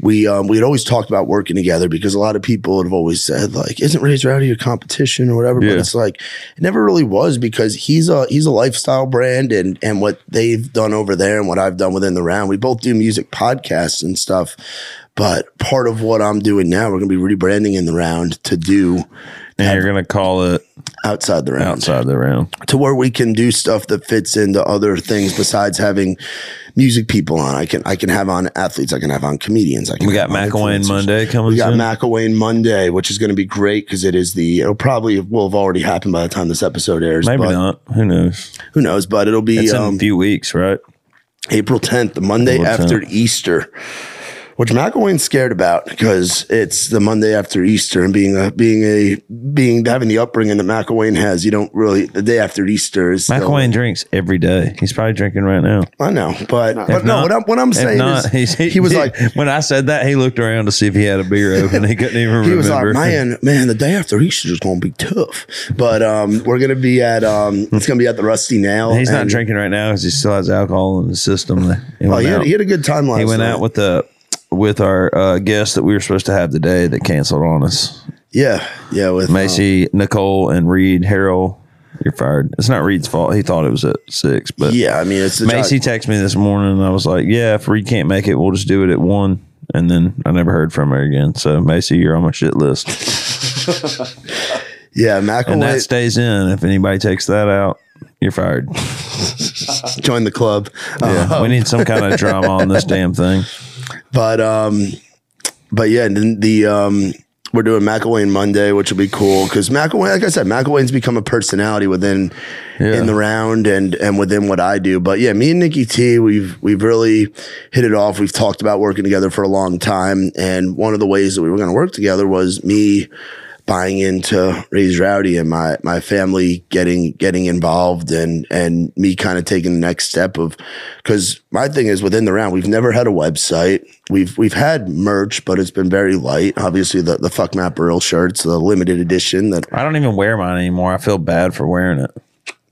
we um, we had always talked about working together because a lot of people have always said like, "Isn't Razor out of your competition or whatever?"
Yeah.
But it's like it never really was because he's a he's a lifestyle brand and and what they've done over there and what I've done within the round. We both do music podcasts and stuff, but part of what I'm doing now, we're gonna be rebranding in the round to do
and you're gonna call it
outside the round
outside the round.
to where we can do stuff that fits into other things besides having music people on. I can I can have on athletes, I can have on comedians. I can
We got
have on
McElwain
influencers.
Monday coming.
We got
soon.
McElwain Monday, which is going to be great because it is the it'll probably will have already happened by the time this episode airs.
Maybe
but
not. Who knows?
Who knows? But it'll be
It's in
um,
a few weeks, right?
April tenth, the Monday
April 10th.
after Easter. Which McElwain's scared about because it's the Monday after Easter and being a being a being having the upbringing that McElwain has, you don't really the day after Easter is still-
McElwain drinks every day. He's probably drinking right now.
I know, but, but no,
not-
what I'm, what I'm
If
saying
not,
is
he's-
he, was like,
when I said that, he looked around to see if he had a beer open. He couldn't even remember.
he was like, man, man, the day after Easter is going to be tough, but, um, we're going to be at, um, it's going to be at the Rusty Nail.
He's not
and-
drinking right now because he still has alcohol in the system. He
Oh, he
went,
had,
out.
he had a good time last
He went
night.
out with the with our uh, guest that we were supposed to have today that canceled on us.
yeah, yeah, with um,
Macy, Nicole, and Reed. Harold, you're fired. It's not Reed's fault. He thought it was at six, but
uh, yeah, I mean, it's the
Macy
Macy.
texted me this morning and I was like, Yeah, if Reed can't make it, we'll just do it at one. And then I never heard from her again. So Macy, you're on my shit list.
yeah,
And that
McElwain
stays in. If anybody takes that out, you're fired.
joined the club. Uh,
Yeah. we need some kind of drama on this damn thing.
but, um, but yeah, and then the, um, we're doing McElwain Monday, which will be cool because McElwain, like I said, McElwain's become a personality within
Yeah.
in the round and and within what I do. But yeah, me and Nikki T, we've we've really hit it off. We've talked about working together for a long time, and one of the ways that we were going to work together was me buying into Raise Rowdy and my my family getting getting involved and and me kind of taking the next step of because my thing is within the round we've never had a website we've we've had merch but it's been very light obviously the the fuck map real shirts the limited edition that
I don't even wear mine anymore. I feel bad for wearing it.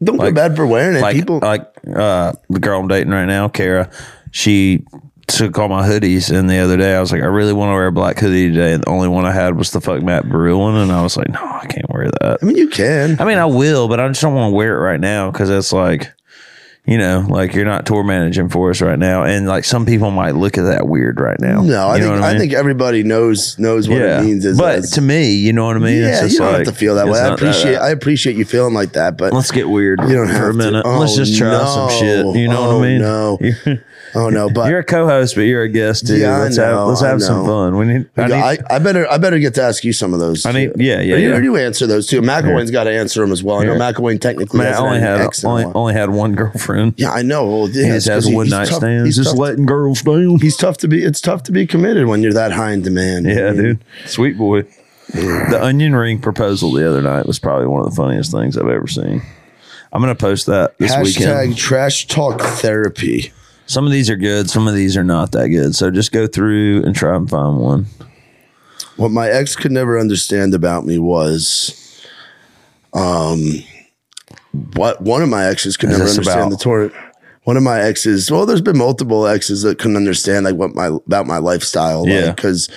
don't feel
Like-
bad for wearing it
Like
people
like uh the girl I'm dating right now, Kara, she took all my hoodies and the other day I was like, I really want to wear a black hoodie today. And the only one I had was the fuck Matt Brew one and I was like, No, I can't wear that.
I mean you can
I mean, I will, but I just don't want to wear it right now because it's like, you know, like you're not tour managing for us right now, and like some people might look at that weird right now.
No, I
You know
think
what
I,
mean?
think everybody knows knows what
yeah,
it means. As,
but
as-
to me, you know what I mean.
yeah,
It's just
you don't
like-
have to feel that
it's
way. I
not
appreciate I appreciate you feeling like that, but
Let's get weird
You don't
for
have
a
to.
minute.
Oh,
Let's just try some
no.
shit. You know
Oh,
what I mean?
no. Oh no, but
you're a co-host, but you're a guest too.
Yeah, I
let's
know,
have let's
I
have some
know.
fun. We need. I
I,
need
I, better I better get to ask you some of those.
I need-
too.
yeah, yeah,
Or you,
yeah.
or you answer those too. McElwain's got to answer them as well. I know
Yeah.
McElwain technically
man, I
hasn't
only
had an
had
ex in a
only,
while.
only had one girlfriend.
Yeah, I know. Well, yeah,
he
it's
just has
'cause
a one
he's
night
tough-
stand.
He's
Just
tough,
letting girls down.
he's tough to be. It's tough to be committed when you're that high in demand.
Yeah,
I mean,
dude. Sweet boy. The onion ring proposal the other night was probably one of the funniest things I've ever seen. I'm gonna post that this
Hashtag
weekend.
trash talk therapy.
Some of these are good, some of these are not that good. So just go through and try and find one.
What my ex could never understand about me was, um, what one of my exes could
Is
never
this
understand
about-
the tour. One of my exes. Well, there's been multiple exes that couldn't understand like what my about my lifestyle.
Yeah.
because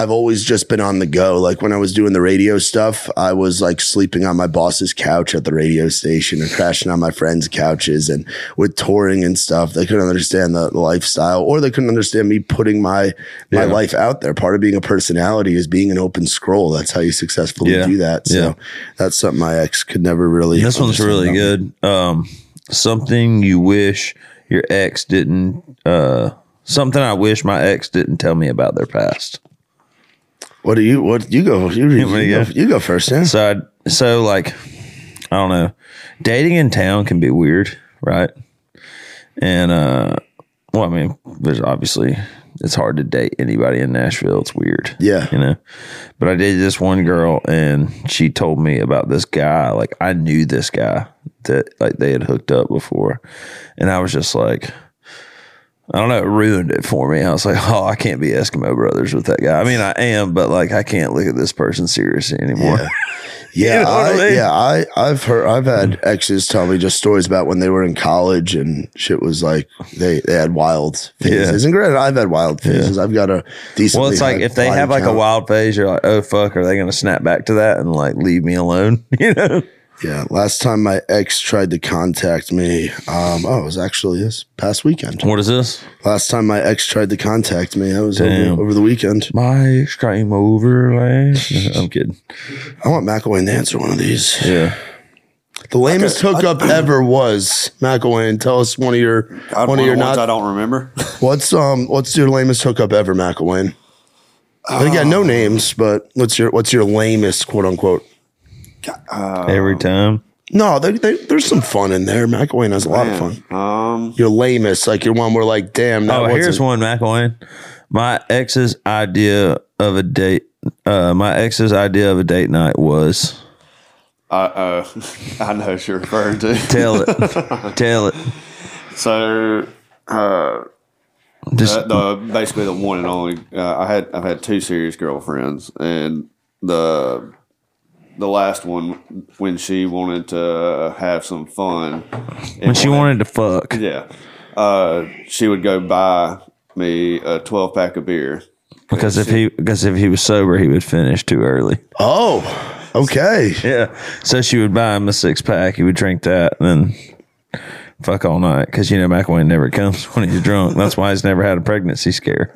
I've always just been on the go. Like when I was doing the radio stuff, I was like sleeping on my boss's couch at the radio station and crashing on my friends' couches. And with touring and stuff, they couldn't understand the lifestyle or they couldn't understand me putting my my
Yeah.
life out there. Part of being a personality is being an open scroll. That's how you successfully
Yeah.
do that. So
Yeah.
that's something my ex could never really.
This one's
understand
really
about me.
good. Um, something you wish your ex didn't. Uh, something I wish my ex didn't tell me about their past.
What do you? What you go? You, you,
me
go,
to go?
you go first. Yeah.
So I, so like I don't know. Dating in town can be weird, right? And uh well, I mean, there's obviously it's hard to date anybody in Nashville. It's weird.
Yeah.
You know. But I dated this one girl and she told me about this guy. Like I knew this guy that like they had hooked up before. And I was just like I don't know, it ruined it for me. I was like, oh, I can't be Eskimo brothers with that guy. I mean, I am, but like, I can't look at this person seriously anymore.
Yeah,
You know what I
I,
mean?
yeah, I, I've heard, I've had exes tell me just stories about when they were in college and shit was like they, they had wild phases. And granted, I've had wild phases. I've got a decent.
Well, it's like if they have like a wild phase, you're like, oh fuck, are they going to snap back to that and like leave me alone? You know?
Yeah, last time my ex tried to contact me, um, oh, it was actually this past weekend.
What is this?
Last time my ex tried to contact me, I was
Damn.
over, over the weekend.
My ex came over last. I'm kidding.
I want McElwain to answer one of these.
Yeah.
The lamest hookup ever was McElwain. Tell us one of your
I,
one
one
of your
ones
not
I don't remember.
What's um what's your lamest hookup ever, McElwain? And again, no names, but what's your what's your lamest quote unquote?
Every time.
No, they, they, there's some fun in there. McElwain has a lot of fun.
Man, um,
Your lamest, like your one where like, damn, that
Oh,
wasn't-
here's one, McElwain. My ex's idea of a date. Uh, my ex's idea of a date night was
I, uh, I know what you're referring to.
tell it, tell it.
So uh,
Just
the, the basically the one and only. Uh, I had I've had two serious girlfriends, and the the last one when she wanted to have some fun.
when she wanted to fuck.
yeah, uh, she would go buy me a twelve pack of beer.
Because if he because if he was sober, he would finish too early.
Oh, okay.
Yeah. So she would buy him a six pack. He would drink that and then fuck all night because you know McElwain never comes when he's drunk. That's why he's never had a pregnancy scare.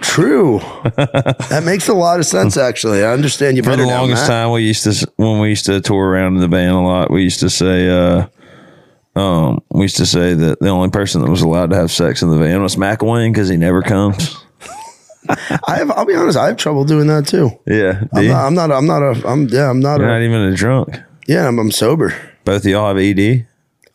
True. that makes a lot of sense actually. I understand you
For
better
the
now,
longest
Mac.
time, we used to s- when we used to tour around in the van a lot. We used to say, uh, um, we used to say that the only person that was allowed to have sex in the van was McElwain because he never comes.
I have I'll be honest, I have trouble doing that too.
Yeah. do
I'm
you?
not, I'm not I'm not a I'm yeah, I'm not
You're not
a,
even a drunk.
yeah, I'm, I'm sober.
Both of y'all have E ED.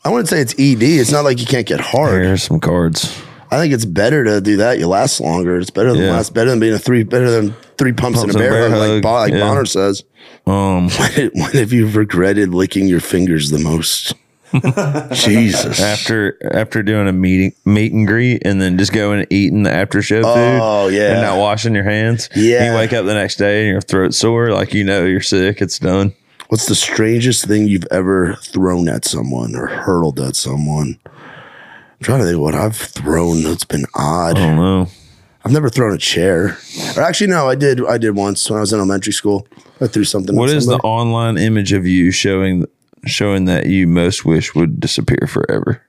I wouldn't say it's ED. It's not like you can't get hard.
Here's some cards.
I think it's better to do that. You last longer. It's better than
Yeah.
last. Better than being a three. Better than three pumps, in a bear, hug, like, Bo- like
yeah.
Bonner says.
Um,
When, when have you regretted licking your fingers the most? Jesus.
after after doing a meeting meet and greet and then just going and eating the after show food.
Oh, yeah.
And not washing your hands.
Yeah.
You wake up the next day and your throat's sore, like you know you're sick, it's done.
What's the strangest thing you've ever thrown at someone or hurled at someone? I'm trying to think what I've thrown that's been odd.
I don't know.
I've never thrown a chair. Or actually, no, I did. I did once when I was in elementary school. I threw something.
What
at
is the
somebody.
online image of you showing showing that you most wish would disappear forever?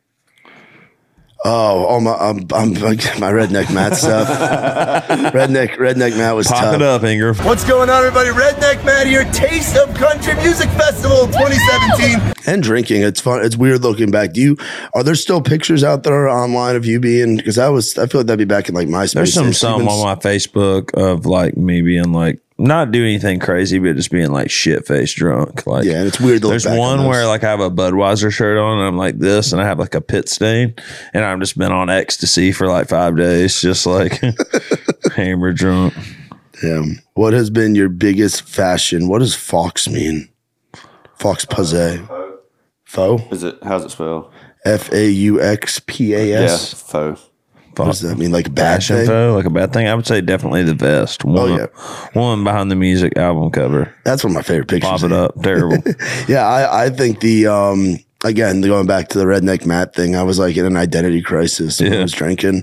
Oh, all my I'm, I'm my redneck Matt stuff. redneck redneck Matt was
Pop
tough.
it up, Ingram.
What's going on, everybody? Redneck Matt here. Taste of Country Music Festival 2017.
and drinking. It's fun. It's weird looking back. Do you are there still pictures out there online of you being? Because I was I feel like that'd be back in like MySpace.
There's some
days.
something
Even-
on my Facebook of like me being like not doing anything crazy, but just being like shit face drunk. Like
Yeah, and it's weird to look
There's
back on
one
those.
where like I have a Budweiser shirt on and I'm like this, and I have like a pit stain, and I've just been on ecstasy for like five days, just like hammer drunk.
Damn. What has been your biggest fashion? What does fox mean? Fox pose. Faux?
Is it? How's it spelled?
F A U X P A S.
Yeah, faux.
What does that mean? Like a bad
Fashion
thing?
though, like a bad thing. I would say definitely the vest. One
yeah.
one behind the music album cover.
That's one of my favorite pictures.
Pop it up, terrible.
Yeah, I, I think the um again going back to the redneck Matt thing, I was like in an identity crisis when I
Yeah.
was drinking.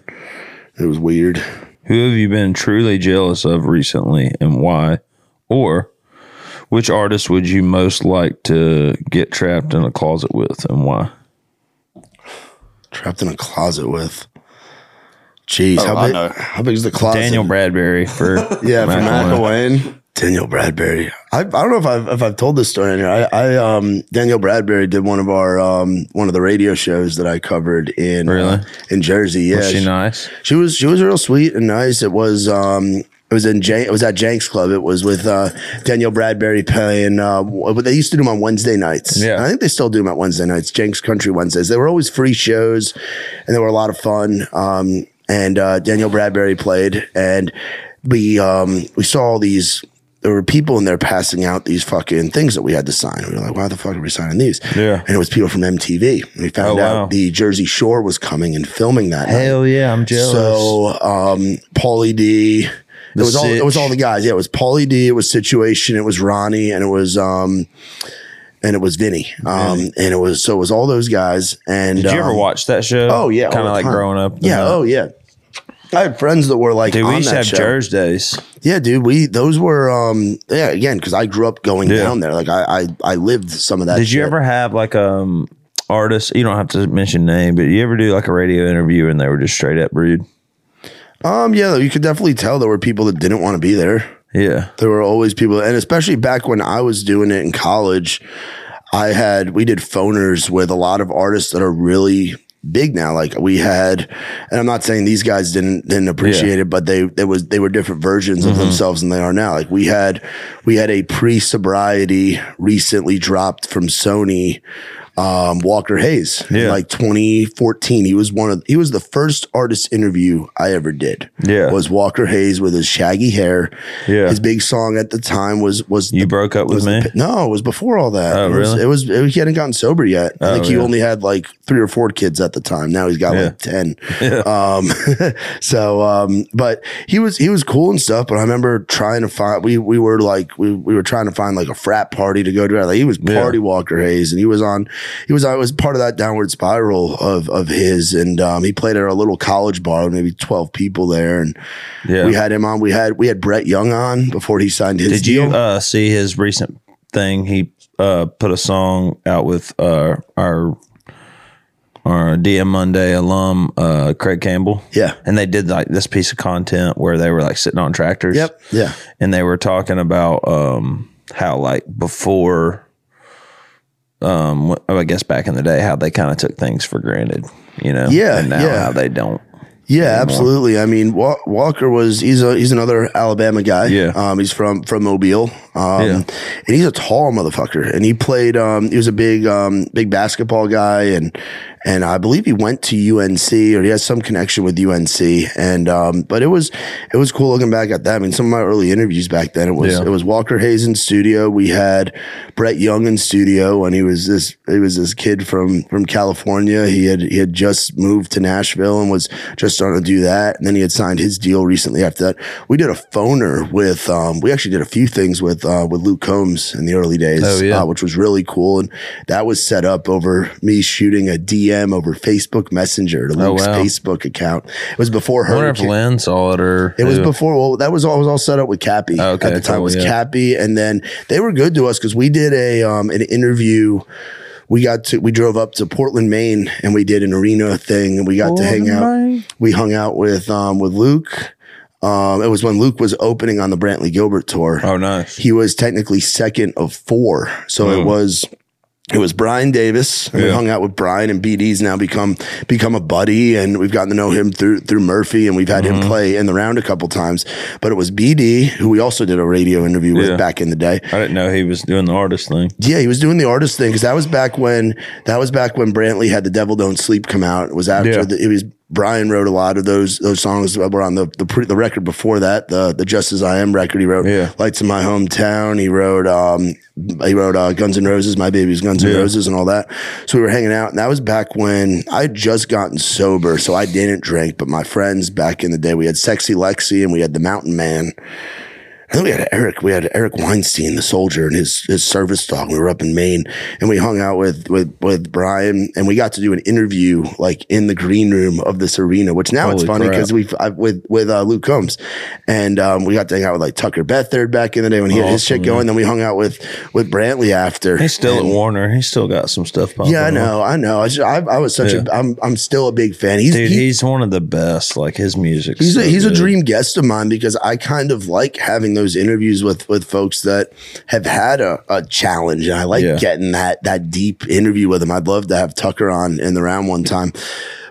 It was weird.
Who have you been truly jealous of recently and why? Or which artist would you most like to get trapped in a closet with and why?
Trapped in a closet with. Jeez, how
I
big?
know.
How big is the closet?
Daniel Bradbury for
Yeah, from
McElwain.
McElwain. Daniel Bradbury. I, I don't know if I've if I've told this story in here. I, I um Daniel Bradbury did one of our um one of the radio shows that I covered in uh,
Really?
in Jersey. Yeah,
Was she nice?
she was she was real sweet and nice. It was um it was in Jan- it was at Jenks Club. It was with uh, Daniel Bradbury playing. Uh, what they used to do them on Wednesday nights.
Yeah.
And I think they still do them at Wednesday nights. Jenks Country Wednesdays. They were always free shows, and they were a lot of fun. Um, and uh, Daniel Bradbury played, and we um, we saw all these. There were people in there passing out these fucking things that we had to sign. We were like, why the fuck are we signing these?
Yeah.
And it was people from MTV. We found
Oh,
out
wow.
the Jersey Shore was coming and filming that. night.
Hell yeah, I'm jealous.
So, um, Paulie D. It
The
was all it was
Sitch.
all the guys. Yeah, it was Paulie D. It was Situation. It was Ronnie, and it was um, and it was Vinny. Um, and it was so it was all those guys. And
Did you ever
um,
watch that show?
Oh yeah, all
Kind
the
of like
time.
growing up.
Yeah. Oh yeah. I had friends that were like
Dude,
on
we used to
that
have
show.
Jersey days.
Yeah, dude. We those were um yeah again because I grew up going
Yeah.
down there. Like I I, I lived some of that.
Did you
shit.
ever have like um artist? You don't have to mention name, but you ever do like a radio interview and they were just straight up rude?
Um yeah, you could definitely tell there were people that didn't want to be there.
Yeah.
there were always people and especially back when i was doing it in college i had we did phoners with a lot of artists that are really big now like we had and i'm not saying these guys didn't didn't appreciate it but they they was they were different versions
Mm-hmm.
of themselves than they are now like we had we had a pre-sobriety recently dropped from sony um, Walker Hayes, in
Yeah.
like 2014, he was one of he was the first artist interview I ever did.
Yeah.
was Walker Hayes with his shaggy hair,
Yeah.
his big song at the time was was
You
the-
broke up with
was
me?
the- no, it was before all that.
Oh,
it was,
really?
It was it- he hadn't gotten sober yet. I
Oh,
think he
yeah.
only had like three or four kids at the time. Now he's got
Yeah.
like ten. Um, so um, but he was he was cool and stuff. But I remember trying to find we we were like we, we were trying to find like a frat party to go to. Like he was party Walker Hayes, and he was on he was I was part of that downward spiral of of his, and um, he played at a little college bar with maybe twelve people there, and.
Yeah.
We had him on. We had we had Brett Young on before he signed his
Did you
deal.
uh, see his recent thing? He uh, put a song out with uh, our our DM Monday alum uh, Craig Campbell.
Yeah.
and they did like this piece of content where they were like sitting on tractors.
Yep. Yeah.
and they were talking about um, how like before. Um, wh- I guess back in the day, how they kind of took things for granted, you know.
Yeah,
and now
yeah.
how they don't.
Yeah, absolutely. I mean, Wa- Walker was he's a he's another Alabama guy.
Yeah.
um, he's from from Mobile. Um,
Yeah.
and he's a tall motherfucker. And he played. Um, he was a big um big basketball guy, and and I believe he went to UNC or he has some connection with UNC. And um, but it was it was cool looking back at that. I mean, some of my early interviews back then it was
Yeah.
it was Walker Hayes in studio. We had Brett Young in studio, and he was this he was this kid from from California. He had he had just moved to Nashville and was just starting to do that. And then he had signed his deal recently. After that, we did a phoner with um, we actually did a few things with uh, with Luke Combs in the early days,
Oh, yeah.
uh, which was really cool. And that was set up over me shooting a DM over Facebook Messenger to Luke's
Oh, wow.
Facebook account. It was before
I wonder if
Hurricane.
Lynn saw it or
It was
who.
before. Well, that was all was all set up with Cappy
Oh, okay,
at the time. it
cool,
was
yeah.
Cappy, and then they were good to us because we did a um, an interview we got to we drove up to Portland, Maine, and we did an arena thing, and we got to hang out. We hung out with um with Luke. Um, it was when Luke was opening on the Brantley Gilbert tour.
Oh, nice.
He was technically second of four, so it was. It was Brian Davis. And We
Hmm. Yeah.
hung out with Brian, and BD's now become become a buddy, and we've gotten to know him through through Murphy, and we've had
Mm-hmm.
him play in the round a couple times. But it was BD who we also did a radio interview with
Yeah.
back in the day.
I didn't know he was doing the artist thing.
Yeah, he was doing the artist thing because that was back when that was back when Brantley had the Devil Don't Sleep come out. It was after
Yeah.
the, it was Brian wrote a lot of those those songs that were on the the, pre, the record before that the the Just as I Am record. He wrote
Yeah.
Lights in My Hometown. He wrote um he wrote uh, Guns N' Roses, My Baby's Guns N'
Yeah.
Roses, and all that. So we were hanging out, and that was back when I had just gotten sober, so I didn't drink. But my friends back in the day, we had Sexy Lexi and we had the Mountain Man. And then we had Eric. We had Eric Weinstein, the soldier, and his his service dog. We were up in Maine, and we hung out with with with Brian, and we got to do an interview like in the green room of this arena. Which now it's
Holy
funny
crap.
because we have with with uh, Luke Combs, and um, we got to hang out with like Tucker Bethard back in the day when he had his
Awesome,
shit going. Then we hung out with with Brantley after.
He's still at
And-
Warner. He's still got some stuff popping.
Yeah, I
off.
know, I know. I, just, I, I was such
Yeah.
a. I'm I'm still a big fan. He's
Dude,
he-
he's one of the best. Like his music.
He's a, he's a dream guest of mine because I kind of like having those interviews with with folks that have had a, a challenge, and I like
Yeah.
getting that that deep interview with them. I'd love to have Tucker on in the round one time.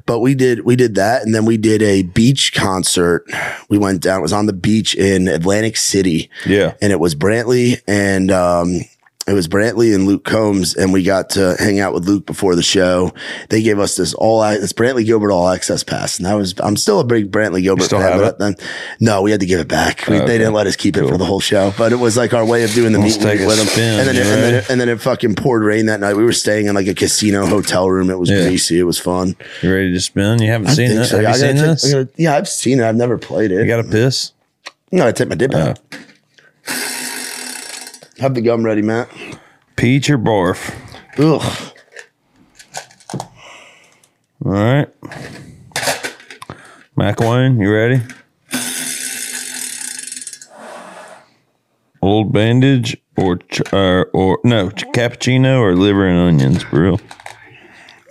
But we did we did that, and then we did a beach concert. We went down. It was on the beach in Atlantic City
Yeah.
and it was Brantley and um, it was Brantley and Luke Combs, and we got to hang out with Luke before the show. They gave us this all this Brantley Gilbert all access pass, and that was I'm still a big Brantley Gilbert
still
fan.
have
but then no, we had to give it back. We, They didn't let us keep it for the whole show, but it was like our way of doing the
Let's
meet and
take
greet
a
with him.
spin,
And then, it,
you
and, then
ready?
it, and then it fucking poured rain that night. We were staying in like a casino hotel room. It was
Yeah.
greasy. It was fun.
You ready to spin? You haven't
I
seen
think
that?
so.
Have
I
you seen
gotta take-
this?
I gotta- yeah, I've seen it. I've never played it.
You got a piss?
no, I take my dip out. Have the gum ready, Matt.
Peach or barf?
Ugh.
All right. McWayne, you ready? Old bandage or ch- or, or no ch- cappuccino or liver and onions, bro.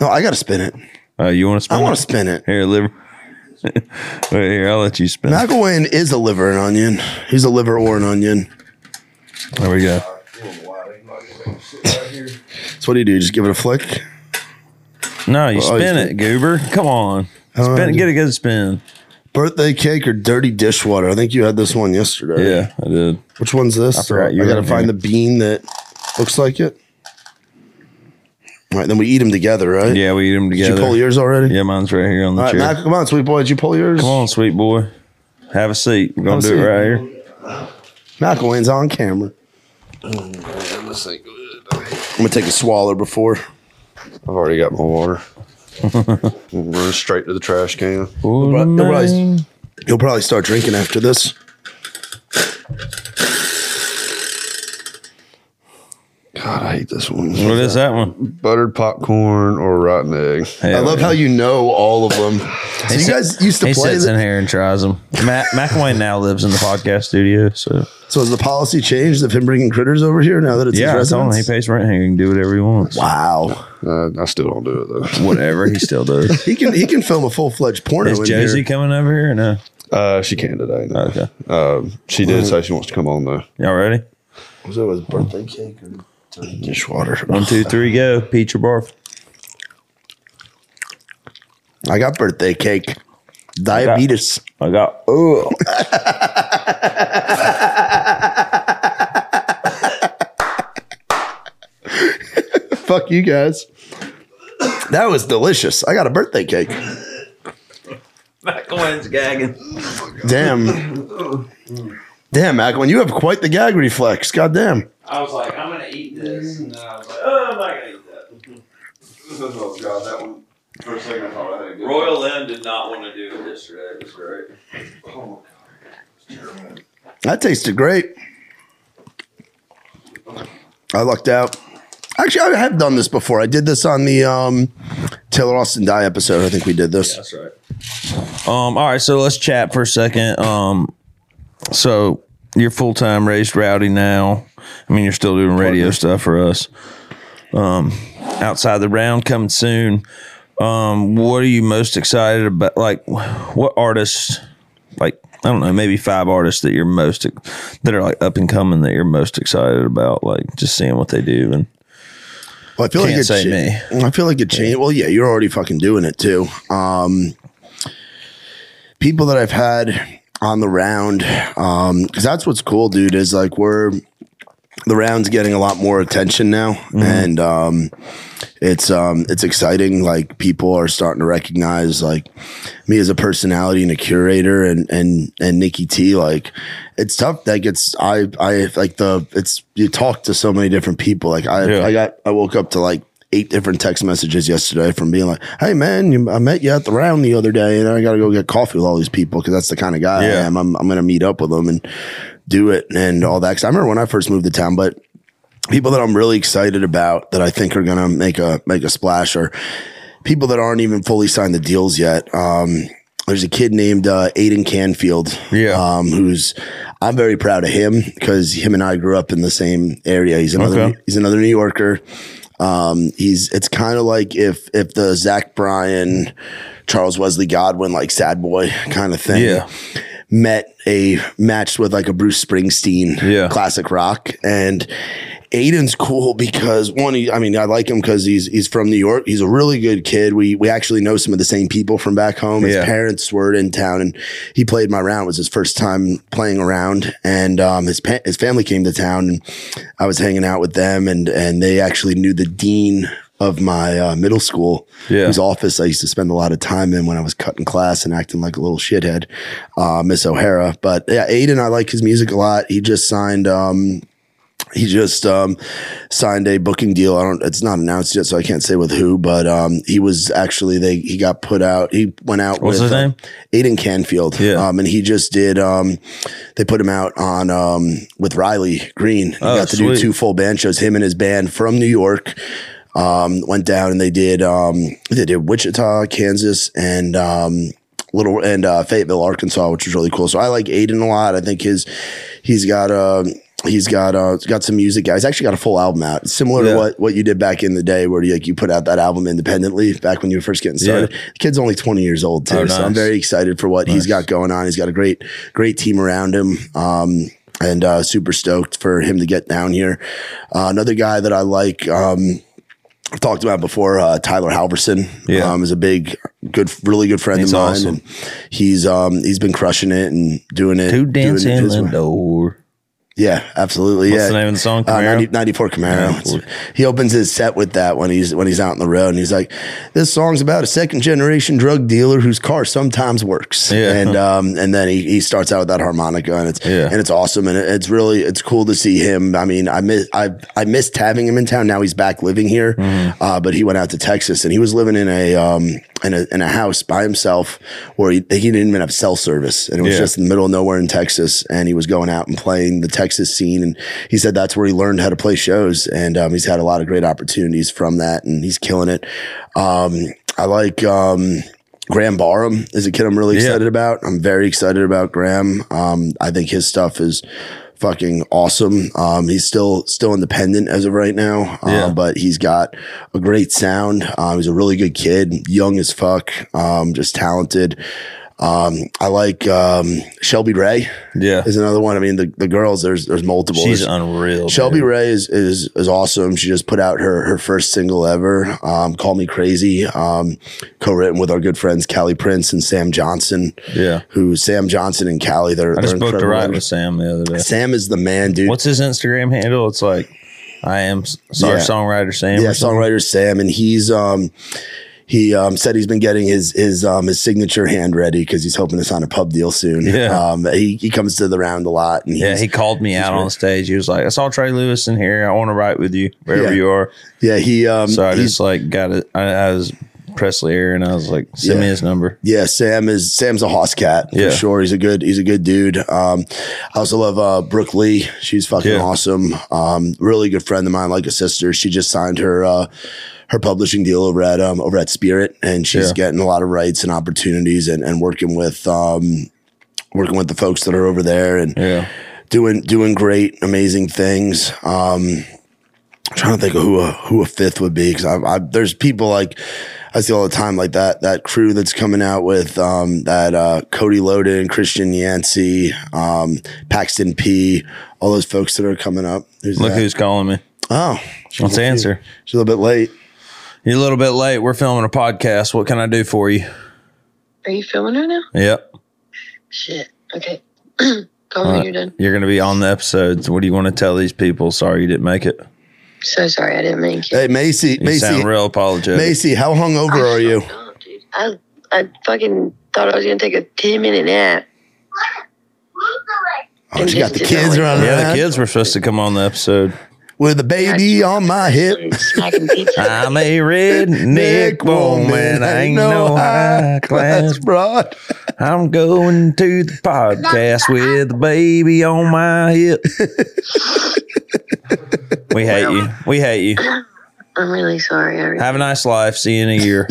No, I gotta spin it.
Uh, you want to spin?
I want
it?
to spin it.
Here, liver. Wait, here, I'll let you spin. it.
McElwain is a liver and onion. He's a liver or an onion.
There we go.
That's what do you do? Just give it a flick.
No, you
Oh, you Oh,
spin it, goober. Come on, spin. Get a good spin.
Birthday cake or dirty dishwater? I think you had this one yesterday.
Yeah, I did.
Which one's this? I,
forgot you
I gotta
were in
find
here.
the bean that looks like it. All right, then we eat them together, right?
Yeah, we eat them
Did
together.
you pull yours already?
Yeah, mine's right here on the
All right,
chair.
Mac, come on, sweet boy. Did you pull yours?
Come on, sweet boy. Have a seat. We're gonna
Have a
do it
seat.
right here.
McElwain's on camera. I'm gonna take a swallow before.
I've already got my water. I'm running straight to the trash can.
You'll probably, you'll probably start drinking after this.
God, I hate this one.
What is that one?
Buttered popcorn or rotten egg?
I love how you know all of them. So you guys used to
he
play.
sits
The,
in here and tries them. Matt McElwain now lives in the podcast studio, so
so has the policy changed of him bringing critters over here now that it's
yeah, I
his
told him he
residence?
pays rent here. He can do whatever he wants.
Wow,
Uh, I still don't do it though.
Whatever he still does.
he can he can film a full fledged porno.
Is
in
Josie
here.
coming over here? or No.
Uh, she can today. No.
Okay.
Um, she did say she wants to come on though.
Y'all ready?
Was it his birthday cake or dirty dishwater?
One, two, three, go. Peach or barf?
I got birthday cake. Diabetes.
I got. Oh.
Fuck you guys. That was delicious. I got a birthday cake.
McElwain's gagging.
Damn. Damn, Macklin, you have quite the gag reflex. God damn.
I was like, I'm gonna eat this, and I was like, oh, I'm not gonna eat that.
Oh god, that one. For a second, I thought I had a good
Royal Lynn did not want to do it yesterday. It was great.
That tasted great. I lucked out. Actually, I have done this before. I did this on the um, Taylor Austin Die episode. I think we did this.
That's right. Um, all right, so let's chat for a second. Um, so you're full time raised rowdy now. I mean, you're still doing radio stuff for us. Um, outside the round coming soon. Um, what are you most excited about? Like, what artists? Like, I don't know, maybe five artists that you're most that are like up and coming that you're most excited about. Like, just seeing what they do and
Well, I feel like
Can't
it
say
cha-
me.
I feel like it changed. Well, yeah, you're already fucking doing it too. Um, people that I've had on the round, um, because that's what's cool, dude. Is like we're the round's getting a lot more attention now,
Mm-hmm.
and um, it's um, it's exciting. Like people are starting to recognize like me as a personality and a curator, and and and Nikki T. Like it's tough. Like it's I I like the it's you talk to so many different people. Like I
Yeah.
I got I woke up to like. Eight different text messages yesterday from being like, "Hey man, you, I met you at the round the other day, and I got to go get coffee with all these people because that's the kind of guy I
Yeah.
am. I'm, I'm going to meet up with them and do it and all that." Because I remember when I first moved to town, but people that I'm really excited about that I think are going to make a make a splash are people that aren't even fully signed the deals yet. Um, there's a kid named uh, Aiden Canfield,
Yeah.
um, who's I'm very proud of him because him and I grew up in the same area. He's another
Okay.
he's another New Yorker. Um, he's it's kind of like if if the Zach Bryan, Charles Wesley Godwin like sad boy kind of thing
yeah,
met a matched with like a Bruce Springsteen
Yeah.
classic rock and Aiden's cool because one he, I mean I like him cuz he's he's from New York he's a really good kid we we actually know some of the same people from back home his
Yeah.
parents were in town and he played my round it was his first time playing around and um his pa- his family came to town and I was hanging out with them and and they actually knew the dean of my uh, middle school
Yeah.
whose office I used to spend a lot of time in when I was cutting class and acting like a little shithead, uh, Miss O'Hara. But yeah, Aiden, I like his music a lot. He just signed. Um, he just um, signed a booking deal. I don't. It's not announced yet, so I can't say with who. But um, he was actually they. He got put out. He went out.
What's
with,
his
uh,
name?
Aiden Canfield.
Yeah.
Um, and he just did. Um, they put him out on um, with Riley Green. He
Oh,
got to do
sweet.
two full band shows. Him and his band from New York um, went down and they did um, they did Wichita, Kansas, and um, little and uh, Fayetteville, Arkansas, which was really cool. So I like Aiden a lot. I think his he's got uh, he's got uh, he's got some music. out. He's actually got a full album out, similar
Yeah.
to what what you did back in the day, where you, like you put out that album independently back when you were first getting started. The kid's only twenty years old too,
Oh,
so I'm
nice.
very excited for what he's got going on. He's got a great great team around him. Um, and uh, super stoked for him to get down here. Uh, another guy that I like, um, I've talked about before, uh, Tyler Halverson.
Yeah.
Um, is a big, good, really good friend
He's
of mine.
awesome.
And he's um he's been crushing it and doing it.
two
doing it
dancing
his way.
Lindor.
Yeah, absolutely.
What's
yeah.
the name of the song?
Uh,
Camaro?
90 94 Camaro.
94.
He opens his set with that when he's when he's out on the road, and he's like, "This song's about a second generation drug dealer whose car sometimes works."
Yeah.
and um, and then he, he starts out with that harmonica, and it's
Yeah.
and it's awesome, and it- it's really it's cool to see him. I mean, I miss I I missed having him in town. Now he's back living here,
Mm-hmm.
uh, but he went out to Texas, and he was living in a um in a in a house by himself where he, he didn't even have cell service, and it was
Yeah.
just in the middle of nowhere in Texas, and he was going out and playing the Texas scene. And he said that's where he learned how to play shows, and um, he's had a lot of great opportunities from that, and he's killing it. Um, I like um, Graham Barham is a kid I'm really
Yeah.
excited about. I'm very excited about Graham. Um, I think his stuff is fucking awesome. Um, he's still still independent as of right now, uh,
Yeah.
but he's got a great sound. Uh, he's a really good kid, young as fuck, um, just talented. Um, I like um, Shelby Ray
yeah,
is another one. I mean, the, the girls there's there's multiple.
she's
There's-
unreal.
Shelby
dude.
Ray is, is is awesome. She just put out her her first single ever, um, "Call Me Crazy," um, co-written with our good friends Callie Prince and Sam Johnson.
Yeah.
who Sam Johnson and Callie they're they're
I just booked a
incredible.
ride with Sam the other day.
Sam is the man, dude.
What's his Instagram handle? It's like I am s- sorry,
Yeah.
songwriter Sam.
yeah,
or something.
songwriter Sam, and he's um he um, said he's been getting his his um, his signature hand ready because he's hoping to sign a pub deal soon.
Yeah.
um, he, he comes to the round a lot, and he's,
Yeah, he called me out on stage. He was like, "I saw Trey Lewis in here. I want to write with you wherever
Yeah.
you are."
yeah he um
So I
he's-
just like got it. I, I was Presley Air, and I was like, "Send me
Yeah.
his number."
Yeah, Sam is Sam's a hoss cat for
Yeah.
sure. He's a good he's a good dude. Um, I also love uh, Brooke Lee. She's fucking
Yeah.
awesome. Um, really good friend of mine, like a sister. She just signed her uh, her publishing deal over at um, over at Spirit, and she's
Yeah.
getting a lot of rights and opportunities, and and working with um, working with the folks that are over there, and
Yeah,
doing doing great, amazing things. Um, I'm trying to think of who a who a fifth would be because I, I there's people like I see all the time like that that crew that's coming out with um, that uh, Cody Loden, Christian Yancey, um, Paxton P, all those folks that are coming up. Who's
Look
that?
who's calling me.
oh,
Let's answer.
she's a little bit late.
You're a little bit late. We're filming a podcast. What can I do for you?
Are you filming her now?
Yep.
Shit. Okay. Call me when you're done.
You're going to be on the episodes. What do you want to tell these people? Sorry you didn't make it.
So sorry I didn't make it.
Hey Macy,
You
Macy,
sound real apologetic.
Macy, how hungover are you?
No, dude. I I fucking thought I was gonna take a ten minute nap.
Oh, she got the kids running
yeah, the
around
kids were supposed to come on the episode.
with the baby on my hip.
I'm smacking pizza.
I'm a redneck woman. I ain't no high class.
broad.
I'm going to the podcast with the baby on my hip. We hate you. We hate you.
I'm really sorry. I really,
Have a nice life. See you in a year.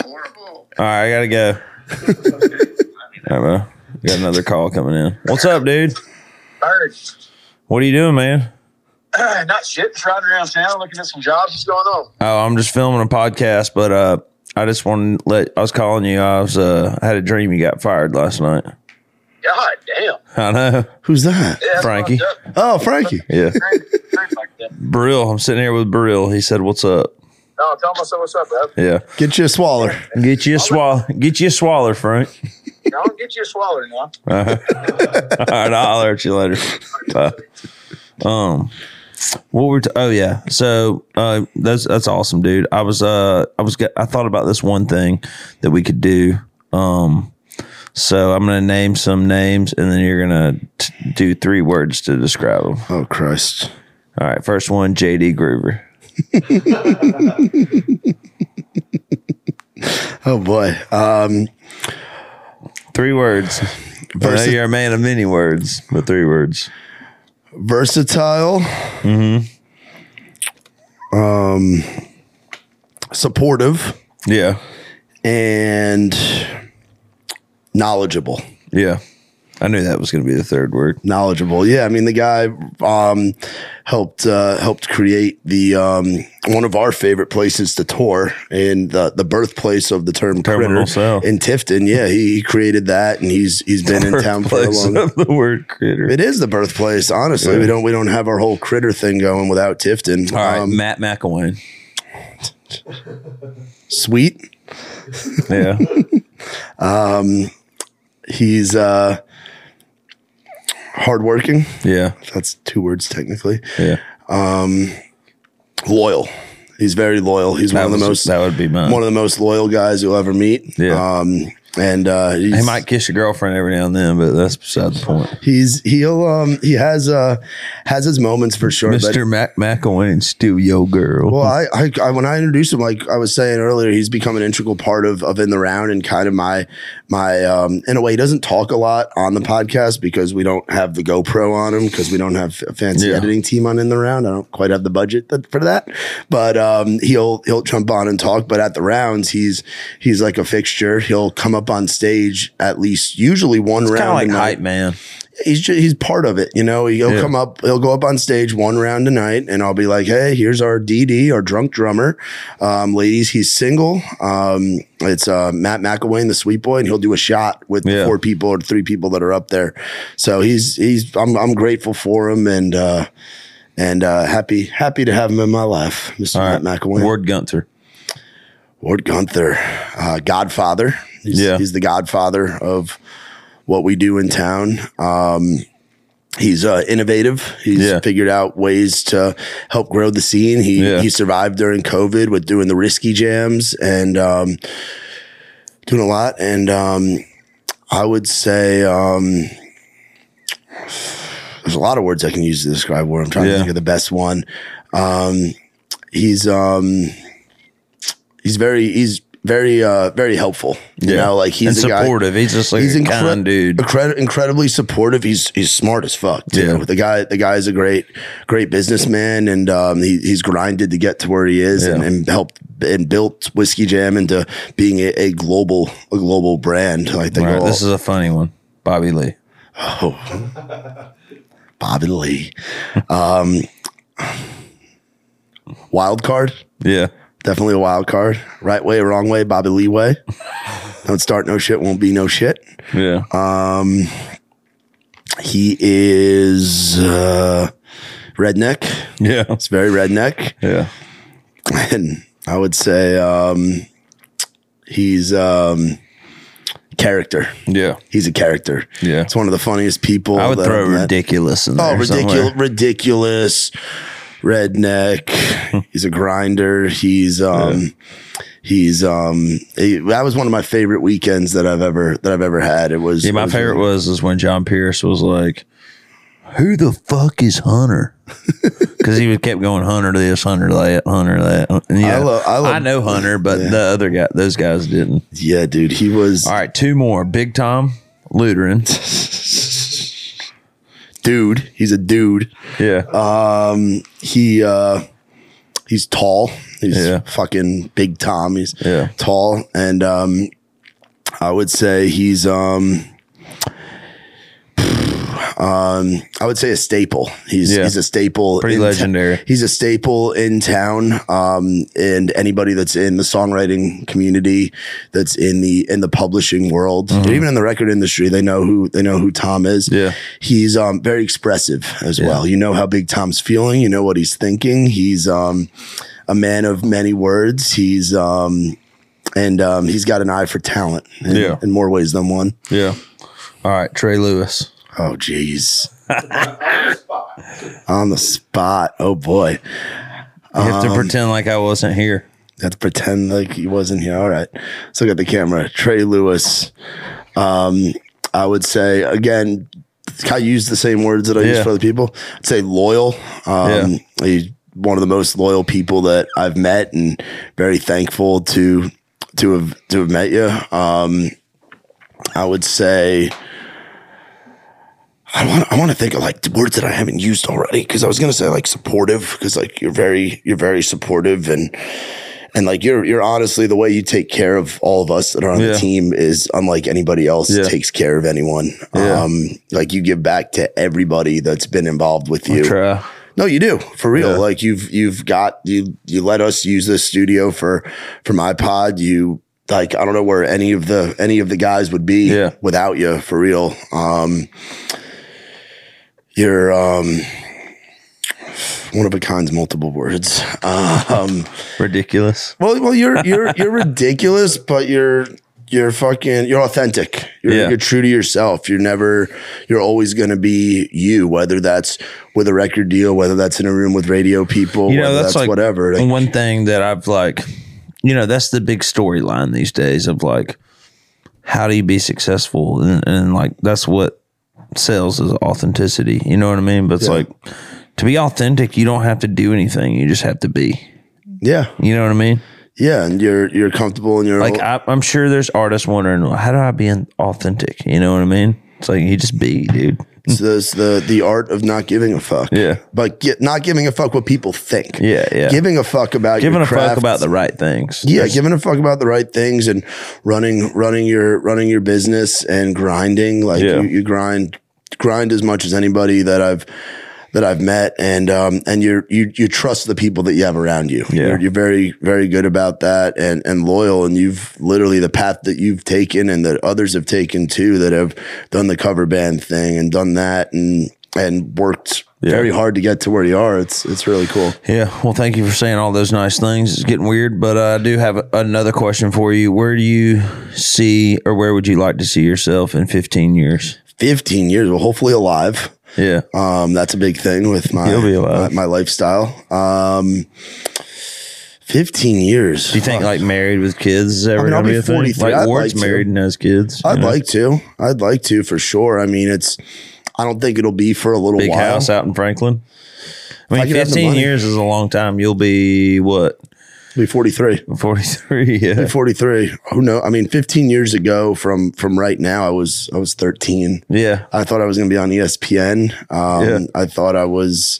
All right, I gotta go. I don't know. We got another call coming in. What's up, dude?
Bird.
What are you doing, man?
Not shit. Just riding around town looking at some jobs. What's going on?
Oh, I'm just filming a podcast, but uh, I just want to let. I was calling you. I was. Uh, I had a dream you got fired last night.
God damn.
I know,
Who's that?
Yeah, that's
Frankie.
fucked up.
Oh, Frankie.
Yeah,
Dream- dream like that.
Brill. I'm sitting here with Brill. He said, "What's up?"
No, tell myself what's up, bro.
Yeah,
Get you a swaller.
get you a swallow. Get you a swaller, Frank.
Now I'll get you a swallow now.
Uh-huh. All right, I'll holler at you later. Bye. um, what were t- oh yeah, so uh, that's that's awesome, dude. I was uh I was get- I thought about this one thing that we could do. Um, so I'm gonna name some names, and then you're gonna t- do three words to describe them.
Oh Christ.
All right, first one, JD Groover.
Oh boy. Um,
Three words. I
Versa-
know you're a man of many words, but three words.
versatile. Mm-hmm. Um, supportive
Yeah,
and knowledgeable.
yeah. I knew that was gonna be the third word.
knowledgeable. Yeah, I mean the guy um, helped uh, helped create the um, one of our favorite places to tour and the the birthplace of the term
Terminal
critter
Cell.
in Tifton. Yeah, he, he created that and he's he's been in town for a
Place
long.
of the word critter.
It is the birthplace. Honestly, we don't we don't have our whole critter thing going without Tifton. Um,
All right, Matt McElwain.
sweet.
Yeah.
He's uh, hardworking.
yeah.
That's two words technically.
Yeah.
Loyal. He's very loyal. He's one
That,
of
was-
the most.
that would be mine.
one of the most loyal guys you'll ever meet.
Yeah.
Um, and uh, he's,
he might kiss your girlfriend every now and then, but that's beside the point.
he's he'll um he has uh has his moments for sure. but-
Mr. Mac McElwain, still your girl.
Well, I, I, I when I introduced him, like I was saying earlier, he's become an integral part of of in the round and kind of my my um in a way he doesn't talk a lot on the podcast because we don't have the GoPro on him because we don't have a fancy
Yeah.
editing team on in the round. I don't quite have the budget that, for that, but um he'll he'll jump on and talk. But at the rounds, he's he's like a fixture. He'll come up on stage at least usually one
kind of
round.
like
a night
hype man.
he's just, he's part of it. You know, he'll
Yeah.
come up, he'll go up on stage one round tonight, and I'll be like, "Hey, here's our DD, our drunk drummer, um, ladies. He's single. Um, it's uh, Matt McElwain, the sweet boy, and he'll do a shot with the
Yeah.
four people or three people that are up there. So he's he's I'm I'm grateful for him and uh, and uh, happy happy to have him in my life, Mister
All right.
Matt McElwain.
Ward Gunther.
Ward Gunther, uh, Godfather. He's,
Yeah.
he's the Godfather of what we do in town. Um, he's uh, innovative. He's
Yeah.
figured out ways to help grow the scene. He
Yeah.
he survived during COVID with doing the risky jams and um, doing a lot. And um, I would say. Um, there's a lot of words I can use to describe where I'm trying
Yeah.
to think of the best one. Um, he's um, he's very he's very uh very helpful you know like he's
and
a guy
supportive. He's just like
he's
a
incre-
kind dude.
incre- incredibly supportive he's he's smart as fuck too.
Yeah.
the guy the guy's a great great businessman and um he, he's grinded to get to where he is and,
Yeah.
and helped and built whiskey jam into being a, a global a global brand like they
All right,
go
this is a funny one. Bobby Lee.
Bobby Lee. "Oh." Um, Wild card.
Yeah.
Definitely a wild card. Right way, wrong way, Bobby Lee way. Don't start no shit, won't be no shit.
Yeah.
He is uh, redneck.
yeah.
It's very redneck.
Yeah.
And I would say um, he's um, character.
Yeah.
He's a character.
Yeah.
It's one of the funniest people.
I would
that
throw
I've met.
ridiculous in there.
Oh, ridiculous,
somewhere.
ridiculous, redneck. he's a grinder. He's um, he's um. he- that was one of my favorite weekends that I've ever that I've ever had. It was
Yeah, my
it was-
favorite was is when John Pierce was like, "Who the fuck is Hunter?" Because he was kept going Hunter this, Hunter that, Hunter that. And yeah, I,
love- I love-
know Hunter, but the other guy, those guys didn't.
Yeah, dude. He was
All right, two more. Big Tom Luteran.
dude. He's a dude.
Yeah,
Uh, He uh, he's tall. He's
Yeah.
fucking big Tom. He's
Yeah.
tall, and um, I would say he's um. Um, I would say a staple. He's
Yeah.
he's a staple.
Pretty
in ta-
legendary.
he's a staple in town. Um, and anybody that's in the songwriting community, that's in the in the publishing world, and even in the record industry, they know who they know who Tom is.
Mm-hmm. Yeah.
he's um very expressive as well. You know how big Tom's feeling. You know what he's thinking. He's um a man of many words. He's um. And um, he's got an eye for talent in,
Yeah.
in more ways than one.
yeah. All right, Trey Lewis.
Oh, jeez. On the spot. Oh, boy.
You have
um,
to pretend like I wasn't here.
Got to pretend like he wasn't here. All right. Let's look at the camera. Trey Lewis. Um, I would say, again, I use the same words that I use
Yeah.
for other people. I'd say loyal. Um, He's one of the most loyal people that I've met and very thankful to to have to have met you. Um, I would say I want I want to think of like words that I haven't used already because I was gonna say like supportive because like you're very you're very supportive and and like you're you're honestly the way you take care of all of us that are on
Yeah.
the team is unlike anybody else
Yeah.
takes care of anyone.
Yeah.
Um, like you give back to everybody that's been involved with you.
Try.
No, you do for real.
Yeah.
Like you've you've got you you let us use this studio for for my pod. You like I don't know where any of the any of the guys would be
Yeah.
without you for real. Um, you're um one of a kind's multiple words. Um,
Ridiculous.
well, well, you're you're you're ridiculous, but you're you're fucking you're authentic. You're,
Yeah.
you're true to yourself. You're never you're always going to be you, whether that's with a record deal, whether that's in a room with radio people,
You know,
whether
that's,
that's,
like
whatever. Like,
one thing that I've like, you know, that's the big storyline these days of like, how do you be successful? And, and like, that's what sells is authenticity. You know what I mean? But it's like, to be authentic, you don't have to do anything. You just have to be.
yeah,
You know what I mean?
yeah, and you're you're comfortable in your
Like, I, I'm sure there's artists wondering, well, how do I be authentic? You know what I mean? It's like, you just be, dude.
it's the, it's the the art of not giving a fuck.
Yeah.
but get, not giving a fuck what people think.
Yeah, yeah.
Giving a fuck about
Giving
your
a fuck
craft.
about the right things.
Yeah,
There's-
giving a fuck about the right things and running running your running your business and grinding. Like
Yeah.
you, you grind grind as much as anybody that I've that I've met and um and you're you you trust the people that you have around you.
Yeah.
You're, you're very, very good about that and and loyal and you've literally the path that you've taken and that others have taken too that have done the cover band thing and done that and and worked
Yeah.
very hard to get to where you are. It's it's really cool.
Yeah. Well, thank you for saying all those nice things. It's getting weird, but uh, I do have another question for you. Where do you see, or where would you like to see yourself in 15 years?
15 years, well, hopefully alive.
Yeah.
Um, that's a big thing with my
You'll be
my,
alive.
my lifestyle. Um, fifteen years.
Do you think like married with kids is
Uh, I
ever
mean, I'll
going to be,
be
a
43.
thing? Like
I'd
Ward's
like to.
married and has kids. you
I'd
know?
like to. I'd like to for sure. I mean, it's. I don't think it'll be for a little
big
while.
house out in Franklin. I mean,
I could have the
15
money.
years is a long time. You'll be what?
I'll be forty three.
43. Yeah.
Forty three. Who knows? I mean, fifteen years ago from from right now, I was I was thirteen.
Yeah.
I thought I was going to be on E ESPN. Um,
Yeah.
I thought I was.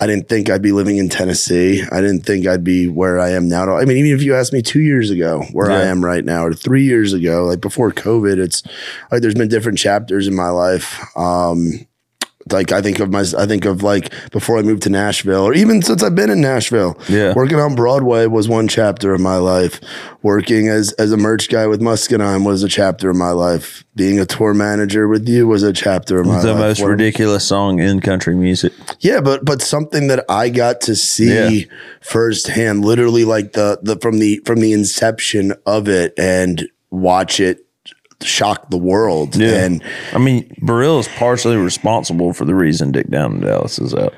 I didn't think I'd be living in Tennessee. I didn't think I'd be where I am now. I mean, even if you asked me two years ago where I
Yeah.
am right now, or three years ago, like before COVID, it's like there's been different chapters in my life. Um, Like I think of my, I think of like before I moved to Nashville, or even since I've been in Nashville.
Yeah.
working on Broadway was one chapter of my life. Working as as a merch guy with Muskinheim was a chapter of my life. Being a tour manager with you was a chapter of my
the
life.
most
What-
ridiculous song in country music.
yeah, but but something that I got to see
Yeah.
firsthand, literally like the the from the from the inception of it and watch it shock the world. And
I mean, Burrill is partially responsible for the reason Dick Down in Dallas is out.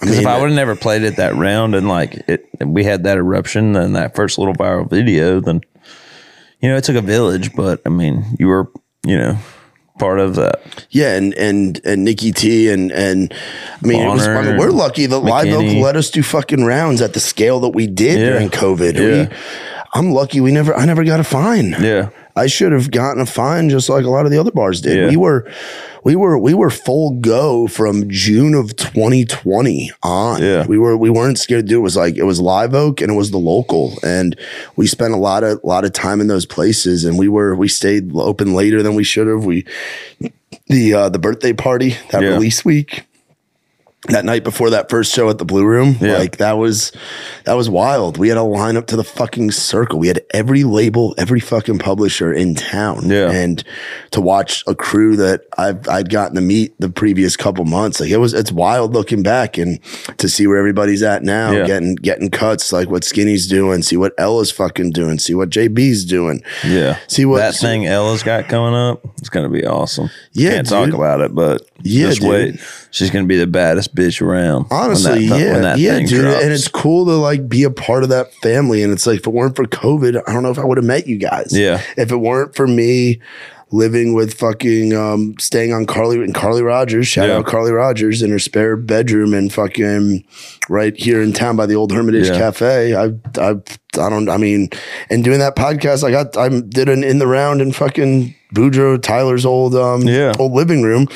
Because if
mean,
I
it-
would have never played it that round and like it, and we had that eruption and that first little viral video, then you know it took a village. But I mean, you were you know part of that.
yeah, and and and Nikki T and and I mean, it was, I
Bonner
mean we're
and
lucky that Live Oak
McKinney.
let us do fucking rounds at the scale that we did
Yeah.
during COVID.
Yeah.
We, I'm lucky we never I never got a fine.
Yeah,
I should have gotten a fine just like a lot of the other bars did.
Yeah.
We were we were we were full go from June of 2020 on.
Yeah.
We were we weren't scared to do it. It was like it was Live Oak and it was the local. And we spent a lot of lot of time in those places and we were we stayed open later than we should have. We the uh the birthday party that
Yeah.
release week. That night before that first show at the Blue Room,
Yeah.
like that was that was wild. We had a lineup to the fucking circle. We had every label, every fucking publisher in town.
Yeah.
And to watch a crew that I've I'd gotten to meet the previous couple months. Like it was it's wild looking back and to see where everybody's at now,
Yeah.
getting getting cuts, like what Skinny's doing, see what Ella's fucking doing, see what JB's doing.
yeah.
See what-
that thing Ella's got coming up. It's gonna be awesome.
Yeah,
can't talk
dude.
about it, but
Yeah,
just
dude.
wait. She's gonna be the baddest bitch around. when
Honestly,
that-
yeah,
when that
yeah,
thing
dude,
drops.
and it's cool to like be a part of that family. And it's like if it weren't for COVID, I don't know if I would have met you guys.
Yeah.
if it weren't for me living with fucking um, staying on Carly and Carly Rogers, shout
Yeah.
out Carly Rogers in her spare bedroom and fucking right here in town by the old Hermitage
Yeah.
Cafe. I I I don't I mean, and doing that podcast, I got I did an in the round and fucking. Boudreaux, Tyler's old um
Yeah.
old living room.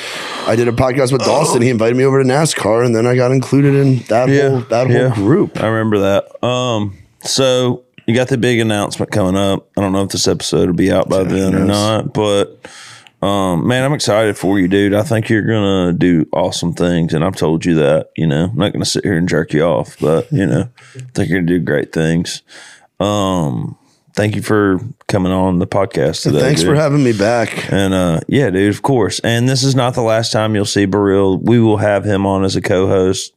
I did a podcast with Dawson. He invited me over to NASCAR, and then I got included in that whole that whole group.
I remember that. Um, so you got the big announcement coming up. I don't know if this episode will be out by then or
knows?
not, but um, man, I'm excited for you, dude. I think you're gonna do awesome things, and I've told you that. You know, I'm not gonna sit here and jerk you off, but you know, I think you're gonna do great things. Um, thank you for coming on the podcast today.
Thanks for
dude.
having me back.
And uh, yeah, dude, of course. And this is not the last time you'll see Burrill. We will have him on as a co-host,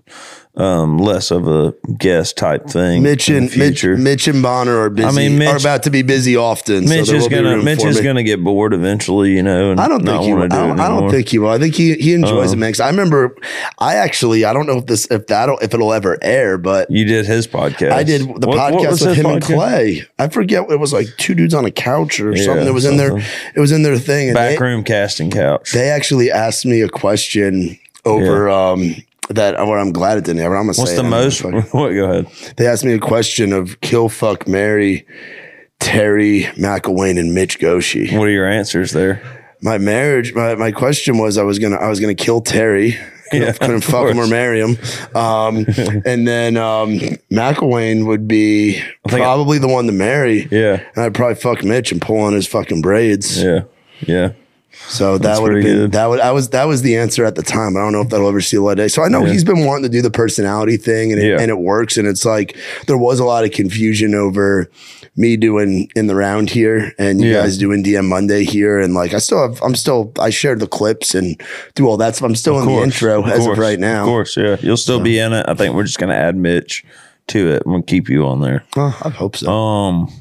um, less of a guest type thing.
Mitch
in the
and Mitch,
future.
Mitch and Bonner are busy.
I mean, Mitch-
are about to be busy often. so
Mitch
there
is
will be
gonna
room
Mitch
for
is
me.
gonna get bored eventually, you know. And
I don't think
not
he. Will. I,
wanna do it
don't, I don't
anymore. Oh.
think he will. I think he he enjoys it, man. 'Cause I remember, I actually I don't know if this if that'll if it'll ever air, but
you did his podcast.
I did the
What- what was
podcast with
his
him and
podcast?
Clay. I forget it was like two dudes on a couch or something. It was in
something.
their it was in their thing. And they-
Backroom casting couch.
they actually asked me a question over um that well, I'm glad it didn't ever. I'm gonna
What's
say
the
it.
most?
Fuck.
What? Go ahead.
They asked me a question of kill, fuck, Mary, Terry McElwain, and Mitch Goshi.
What are your answers there?
My marriage, my, my question was I was gonna I was gonna kill Terry. Couldn't,
Yeah,
couldn't
of
fuck him or
course.
marry him. Um, and then um, McElwain would be
think I-
probably the one to marry.
Yeah.
And I'd probably fuck Mitch and pull on his fucking braids.
Yeah. Yeah.
So that
That's
would have
pretty
been
good.
that would I was that was the answer at the time. I don't know if that'll ever see the light of day. So I know
Yeah.
he's been wanting to do the personality thing and it,
Yeah.
and it works. And it's like there was a lot of confusion over me doing in the round here and you
Yeah.
guys doing DM Monday here. And like I still have I'm still I share the clips and do all that stuff. I'm still in the intro as of
course,
right now.
Of course, yeah. You'll still be in it. I think we're just gonna add Mitch to it. I'm gonna keep you on there.
Huh, I hope so.
Um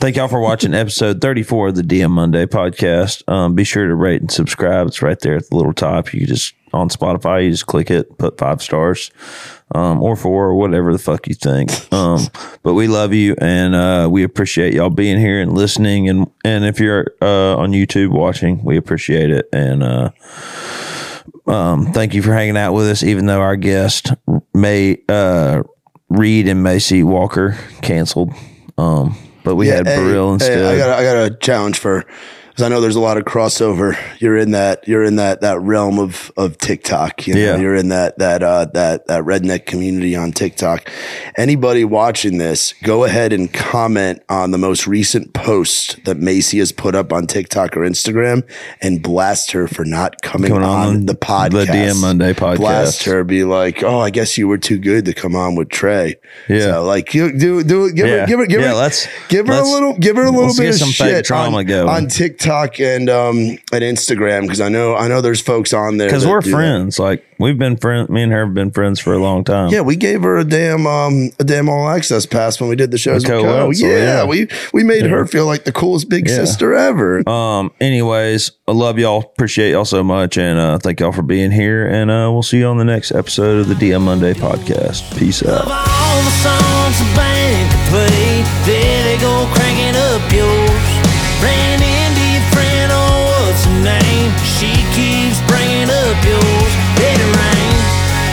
Thank y'all for watching episode 34 of the DM Monday podcast. Um, be sure to rate and subscribe. It's right there at the little top. You just on Spotify, you just click it, put five stars um, or four or whatever the fuck you think. Um, but we love you and uh, we appreciate y'all being here and listening. And, and if you're uh, on YouTube watching, we appreciate it. And uh, um, thank you for hanging out with us, even though our guest, May uh, Reed and Macy Walker, canceled. Um, but we had
hey,
Burrill
hey,
instead.
I got a- I got a challenge for because I know there's a lot of crossover. You're in that you're in that that realm of of TikTok. You know?
Yeah.
you're in that that uh, that that redneck community on TikTok. Anybody watching this, go ahead and comment on the most recent post that Macy has put up on TikTok or Instagram, and blast her for not coming,
Coming
on,
on
the
the
podcast,
DM Monday podcast.
Blast her, be like, oh, I guess you were too good to come on with Trey.
Yeah.
So, like you do do give
Yeah.
her give her give
Yeah,
her
let's-
give her
let's-
a little give her a little
let's
bit
get
of
some fake
shit
drama
on,
going.
on TikTok and um and Instagram because I know I know there's folks on there
because
that
we're
do that.
friends. Like we've been friends. Me and her have been friends for a long time.
Yeah, we gave her a damn um a damn all access pass when we did the shows.
With
with
Co.
Co.
Wentz,
yeah,
yeah.
we we made her feel like the coolest big
Yeah.
sister ever.
Um. Anyways, I love y'all. Appreciate y'all so much, and uh, thank y'all for being here. And uh, we'll see you on the next episode of the DM Monday podcast. Peace out.
Of all the songs the band could play, there they go cranking up yours. Ran into your friend, oh, what's her name? She keeps bringing up yours. Let it rain,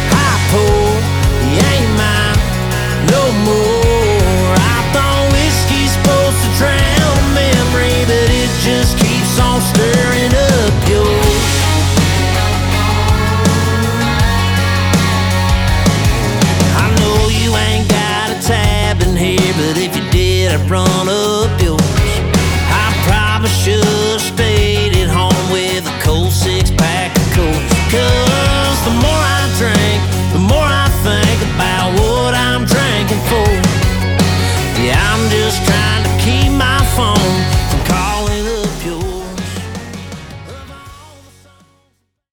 I pour, you ain't mine no more. I thought whiskey's supposed to drown memory, but it just keeps on stirring up yours. I know you ain't got a tab in here, but if you did, I'd run up yours. I probably should've stayed at home with a cold six pack of Coke. 'Cause the more I drink, the more I think about what I'm drinking for. Yeah, I'm just trying to keep my phone from calling up.